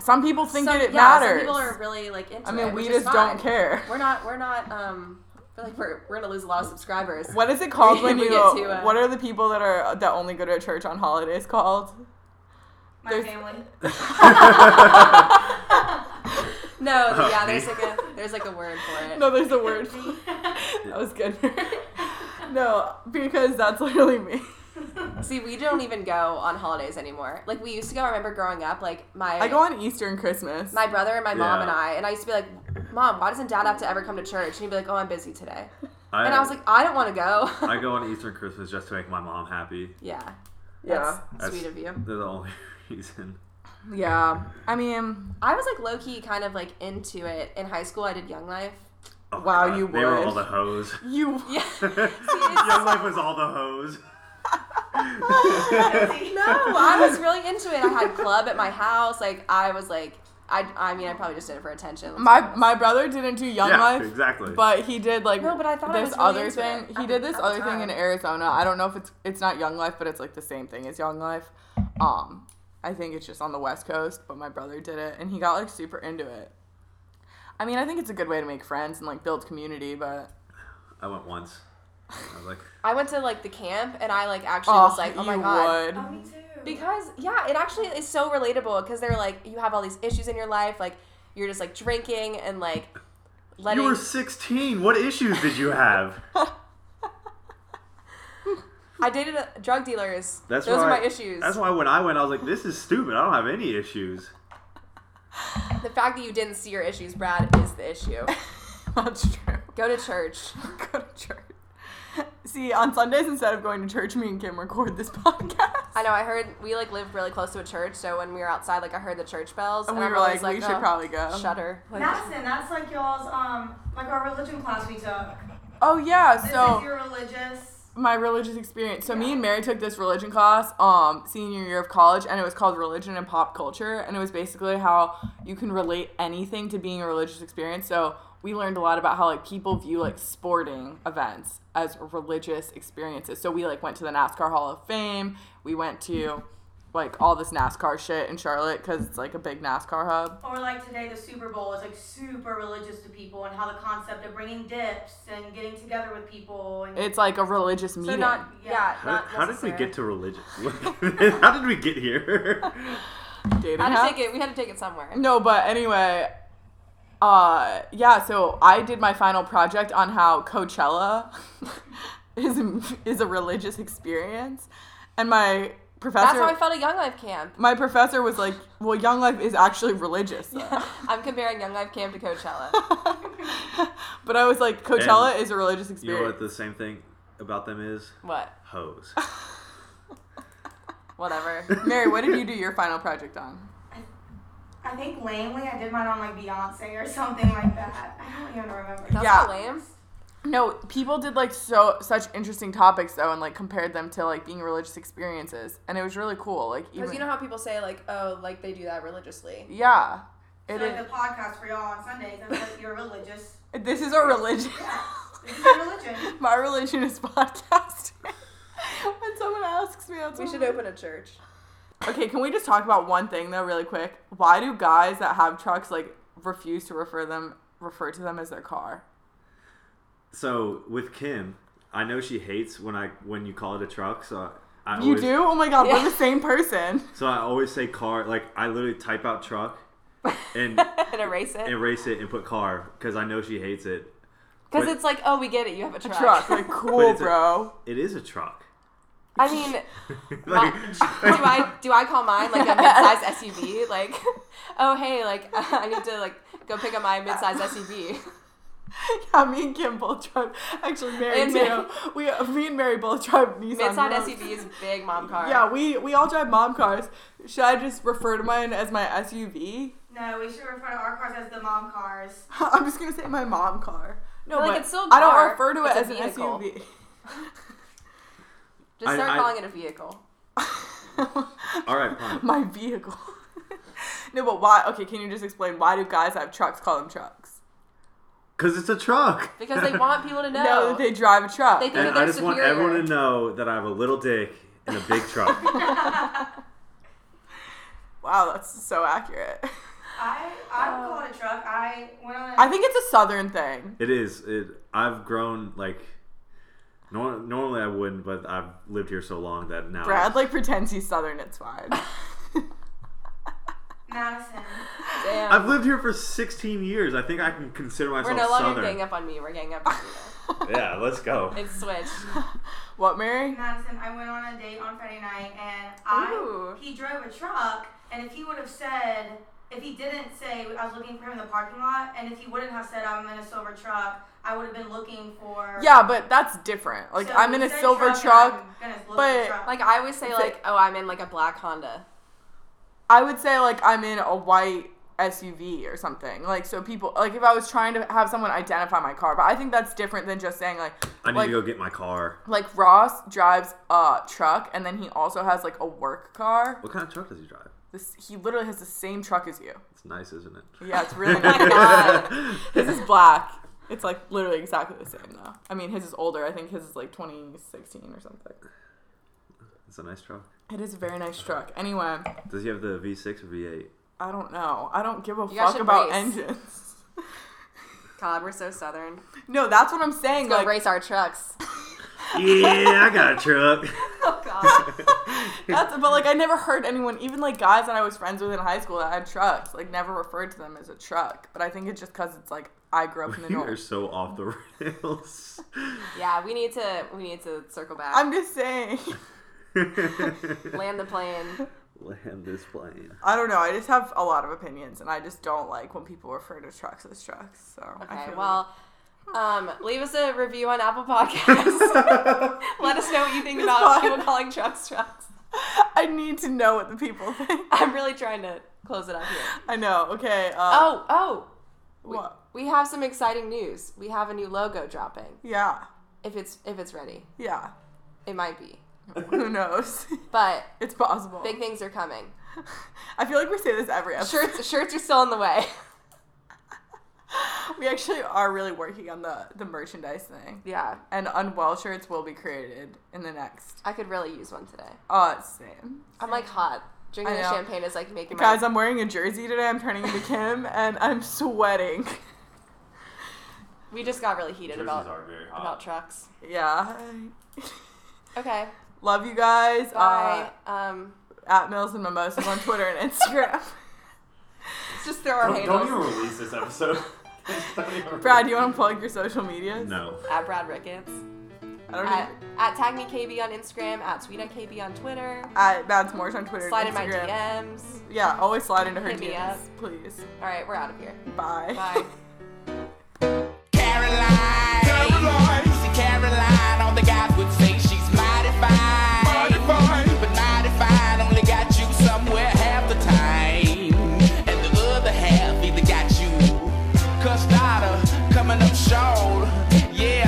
Some people think
Some-
that it
yeah,
matters.
Some people are really like into
I
it,
mean, we
which
just
is
don't
fine.
care.
We're not. We're not. Um, I feel like we're we're gonna lose a lot of subscribers.
What is it called when
We
you
get
go?
to, uh,
what are the people that are that only go to church on holidays called?
My
There's-
family.
No,
Oh,
yeah,
me.
there's like a there's like a word for it.
No, there's a word. for it. that was good. no, because that's literally me.
See, we don't even go on holidays anymore. Like we used to go. I remember growing up, like my
I go on Easter and Christmas.
my brother and my mom
Yeah.
and I, and I used to be like, "Mom, why doesn't Dad have to ever come to church?" And he'd be like, "Oh, I'm busy today."
I,
And I was like, "I don't want to go."
I go on Easter and Christmas just to make my mom happy.
yeah,
yeah,
that's
That's-
sweet of you.
They're the only reason.
yeah. I mean,
I was like low key kind of like into it in high school. I did Young Life.
Oh,
Wow, you
They were
would.
all the hoes.
you.
Yeah.
Young Life was all the hoes.
no, I was really into it. I had club at my house. Like I was like, I I mean, I probably just did it for attention. let's be
My
honest.
my brother didn't do Young
yeah,
Life,
exactly.
but he did like
No, but I thought I
this
was really
other
into
thing.
it
He
at
did
the-
this
at the
other thing in
time.
Arizona. I don't know if it's it's not Young Life, but it's like the same thing as Young Life. Um, I think it's just on the West Coast, but my brother did it and he got like super into it. I mean, I think it's a good way to make friends and like build community, but
I went once. I was like,
I went to like the camp, and I like actually
oh,
was like, "Oh my
you
god."
would.
Oh, me too.
Because yeah, it actually is so relatable because they're like you have all these issues in your life, like you're just like drinking and like letting.
you were 16. What issues did you have?
I dated a, drug dealers.
That's
those
why,
are my issues.
That's why when I went, I was like, this is stupid. I don't have any issues.
the fact that you didn't see your issues, Brad, is the issue. Oh.
That's true.
Go to church.
Go to church. See, on Sundays instead of going to church, me and Kim record this podcast.
I know. I heard we like live really close to a church, so when we were outside, like I heard the church bells,
And we
I'm
were
always
like, we should
oh,
probably go.
shudder. Like,
Madison, that's like y'all's um like our religion class we took.
Oh yeah,
This
so
is your religious.
my religious experience. So me and Mary took this religion class um senior year of college and it was called religion and pop culture and it was basically how you can relate anything to being a religious experience. So we learned a lot about how like people view like sporting events as religious experiences. So we like went to the NASCAR Hall of Fame. We went to like all this NASCAR shit in Charlotte cuz it's like a big NASCAR hub.
Or like today, the Super Bowl is like super religious to people, and how the concept of bringing dips and getting together with people and
It's like a religious meeting.
so not yeah.
Yeah.
How,
not
did, how did we
necessary.
get to religion? how did we get here?
dating
I
apps.
Uh-huh.
had to take it. We had to take it somewhere.
No, but anyway, uh, yeah. So I did my final project on how Coachella is a, is a religious experience, and my professor.
That's how I felt at Young Life camp.
my professor was like, "Well, Young Life is actually religious." though."
I'm comparing Young Life camp to Coachella.
but I was like, "Coachella is a religious
you know what
experience."
the same thing about them is?
what?
Hoes.
Whatever.
Mary, what did you do your final project on?
I think lamely I did mine on like Beyonce or something like that. I don't even remember.
That's
Yeah.
so lame.
No, people did like so such interesting topics though, and like compared them to like being religious experiences, and it was really cool. Like even
Because you know how people say like, oh, like they do that religiously.
yeah,
So
it
like
is.
the podcast for y'all on Sundays, I'm like, you're religious.
This is our religion.
Yeah, this is your religion.
My religion is podcasting. when someone asks me, that's
We
what
should
my-
open a church.
Okay, can we just talk about one thing though, really quick? Why do guys that have trucks like refuse to refer them refer to them as their car?
So with Kim, I know she hates when I when you call it a truck. So I
You
always,
do? Oh my god,
Yeah.
we're the same person.
So I always say car. Like I literally type out truck and
and erase it.
erase it and put car because I know she hates it.
Because
but-
it's like, oh, we get it. You have a truck.
Truck, like
But
cool,
it's a-
bro.
It is a truck.
I mean, my-
like,
do I do I call mine like a mid-sized SUV? Like, oh hey, like I need to like go pick up my mid-sized SUV.
Yeah, me and Kim both drive. Actually, Mary
And
too.
Mary.
We, me and Mary both drive Nissan.
Mid-sized
Rogues.
SUV is big mom car.
Yeah, we we all drive mom cars. Should I just refer to mine as my SUV?
No, we should refer to our cars as the mom cars.
I'm just gonna say my mom car. No,
But, like,
but
it's still a
I don't
car.
refer to
It's
it
a
as an
vehicle.
SUV.
Just
I-
start
I-
calling it a vehicle.
all right, fine.
my vehicle. no, but why? Okay, can you just explain why do guys that have trucks call them trucks?
Because it's a truck.
Because they want people to know.
No, that they drive a truck.
They think-
And
that they're
I just want
superior.
everyone to know that I have a little dick and a big truck.
wow, that's so accurate.
I I would call it a truck. I went on. a
I think it's a southern thing.
It is. It. I've grown like. Nor- normally I wouldn't, but I've lived here so long that now.
Brad like pretends he's southern. It's fine.
Madison.
Damn.
I've lived here for 16 years. I think I can consider
We're
myself
no longer
southern.
gang up on me. We're gang up on you.
Yeah, let's go.
It's switched.
what, Mary?
Madison, I went on a date on Friday night and I
Ooh.
he drove a truck and if he would have said if he didn't say I was looking for him in the parking lot and if he wouldn't have said I'm in a silver truck, I would have been looking for
Yeah, but that's different. Like
So
I'm in
he
a
said
silver
and
truck.
I'm gonna look for
but,
truck.
Like I always say,
It's a-
like, oh, I'm in like a black Honda.
I would say like I'm in a white SUV or something. Like so people like if I was trying to have someone identify my car, but I think that's different than just saying like
I need
like,
to go get my car.
like Ross drives a truck and then he also has like a work car.
What kind of truck does he drive?
This he literally has the same truck as you.
It's nice, isn't it?
Yeah, it's really
my God.
His is black. It's like literally exactly the same though. I mean, his is older. I think his is like 2016 or something.
It's a nice truck.
It is a very nice truck. Anyway,
Does he have the V6 or V8?
I don't know. I don't give a
guys
fuck
should
about
race.
engines.
God, we're so southern.
No, that's what I'm saying.
Let's
like,
go race our trucks.
Yeah, I got a truck.
Oh God.
That's but like I never heard anyone, even like guys that I was friends with in high school that had trucks, like never referred to them as a truck. But I think it's just because it's like I grew up in the
You are
north.
so off the rails.
yeah, we need to we need to circle back.
I'm just saying.
Land the plane.
Land this plane.
I don't know. I just have a lot of opinions, and I just don't like when people refer to trucks as trucks. So I
Okay,
feel
well, um, leave us a review on Apple Podcasts. Let us know what you think
This
about
pod-
people calling trucks trucks.
I need to know what the people think.
I'm really trying to close it up here.
I know. Okay. Uh,
Oh, oh,
what?
we have some exciting news. We have a new logo dropping.
Yeah.
If it's if it's ready,
Yeah.
it might be.
Who knows?
But
it's possible.
big things are coming.
I feel like we say this every episode.
Shirts shirts are still on the way.
We actually are really working on the the merchandise thing.
Yeah,
and unwell shirts will be created in the next.
I could really use one today.
Oh, it's same.
I'm like hot. Drinking
I
the
know.
champagne is like making
Guys,
my
I'm wearing a jersey today. I'm turning into Kim, and I'm sweating.
we just got really heated
Jerseys
about
are very hot.
about trucks.
Yeah.
Okay,
Love you guys.
bye. um,
Uh, at Mills and Mimosas on Twitter and Instagram.
let's just throw our
Don't, don't
handles.
even release this episode. Don't even release
Brad, do you want to plug your social medias?
No.
at Brad Ricketts.
I don't
At,
know.
at tag me KB on Instagram. At sweet at KB on Twitter.
At Mads Morse on Twitter
Slide in
and
my
Instagram.
DMs.
Yeah, always slide into her
Hit me
DMs,
up.
please.
All right, we're out of here. Bye.
Caroline. Caroline. See, Caroline, all the guys would say she's mighty fine. But mighty fine only got you somewhere half the time. And the other half either got you. Custard coming up short. Yeah,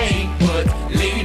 Lady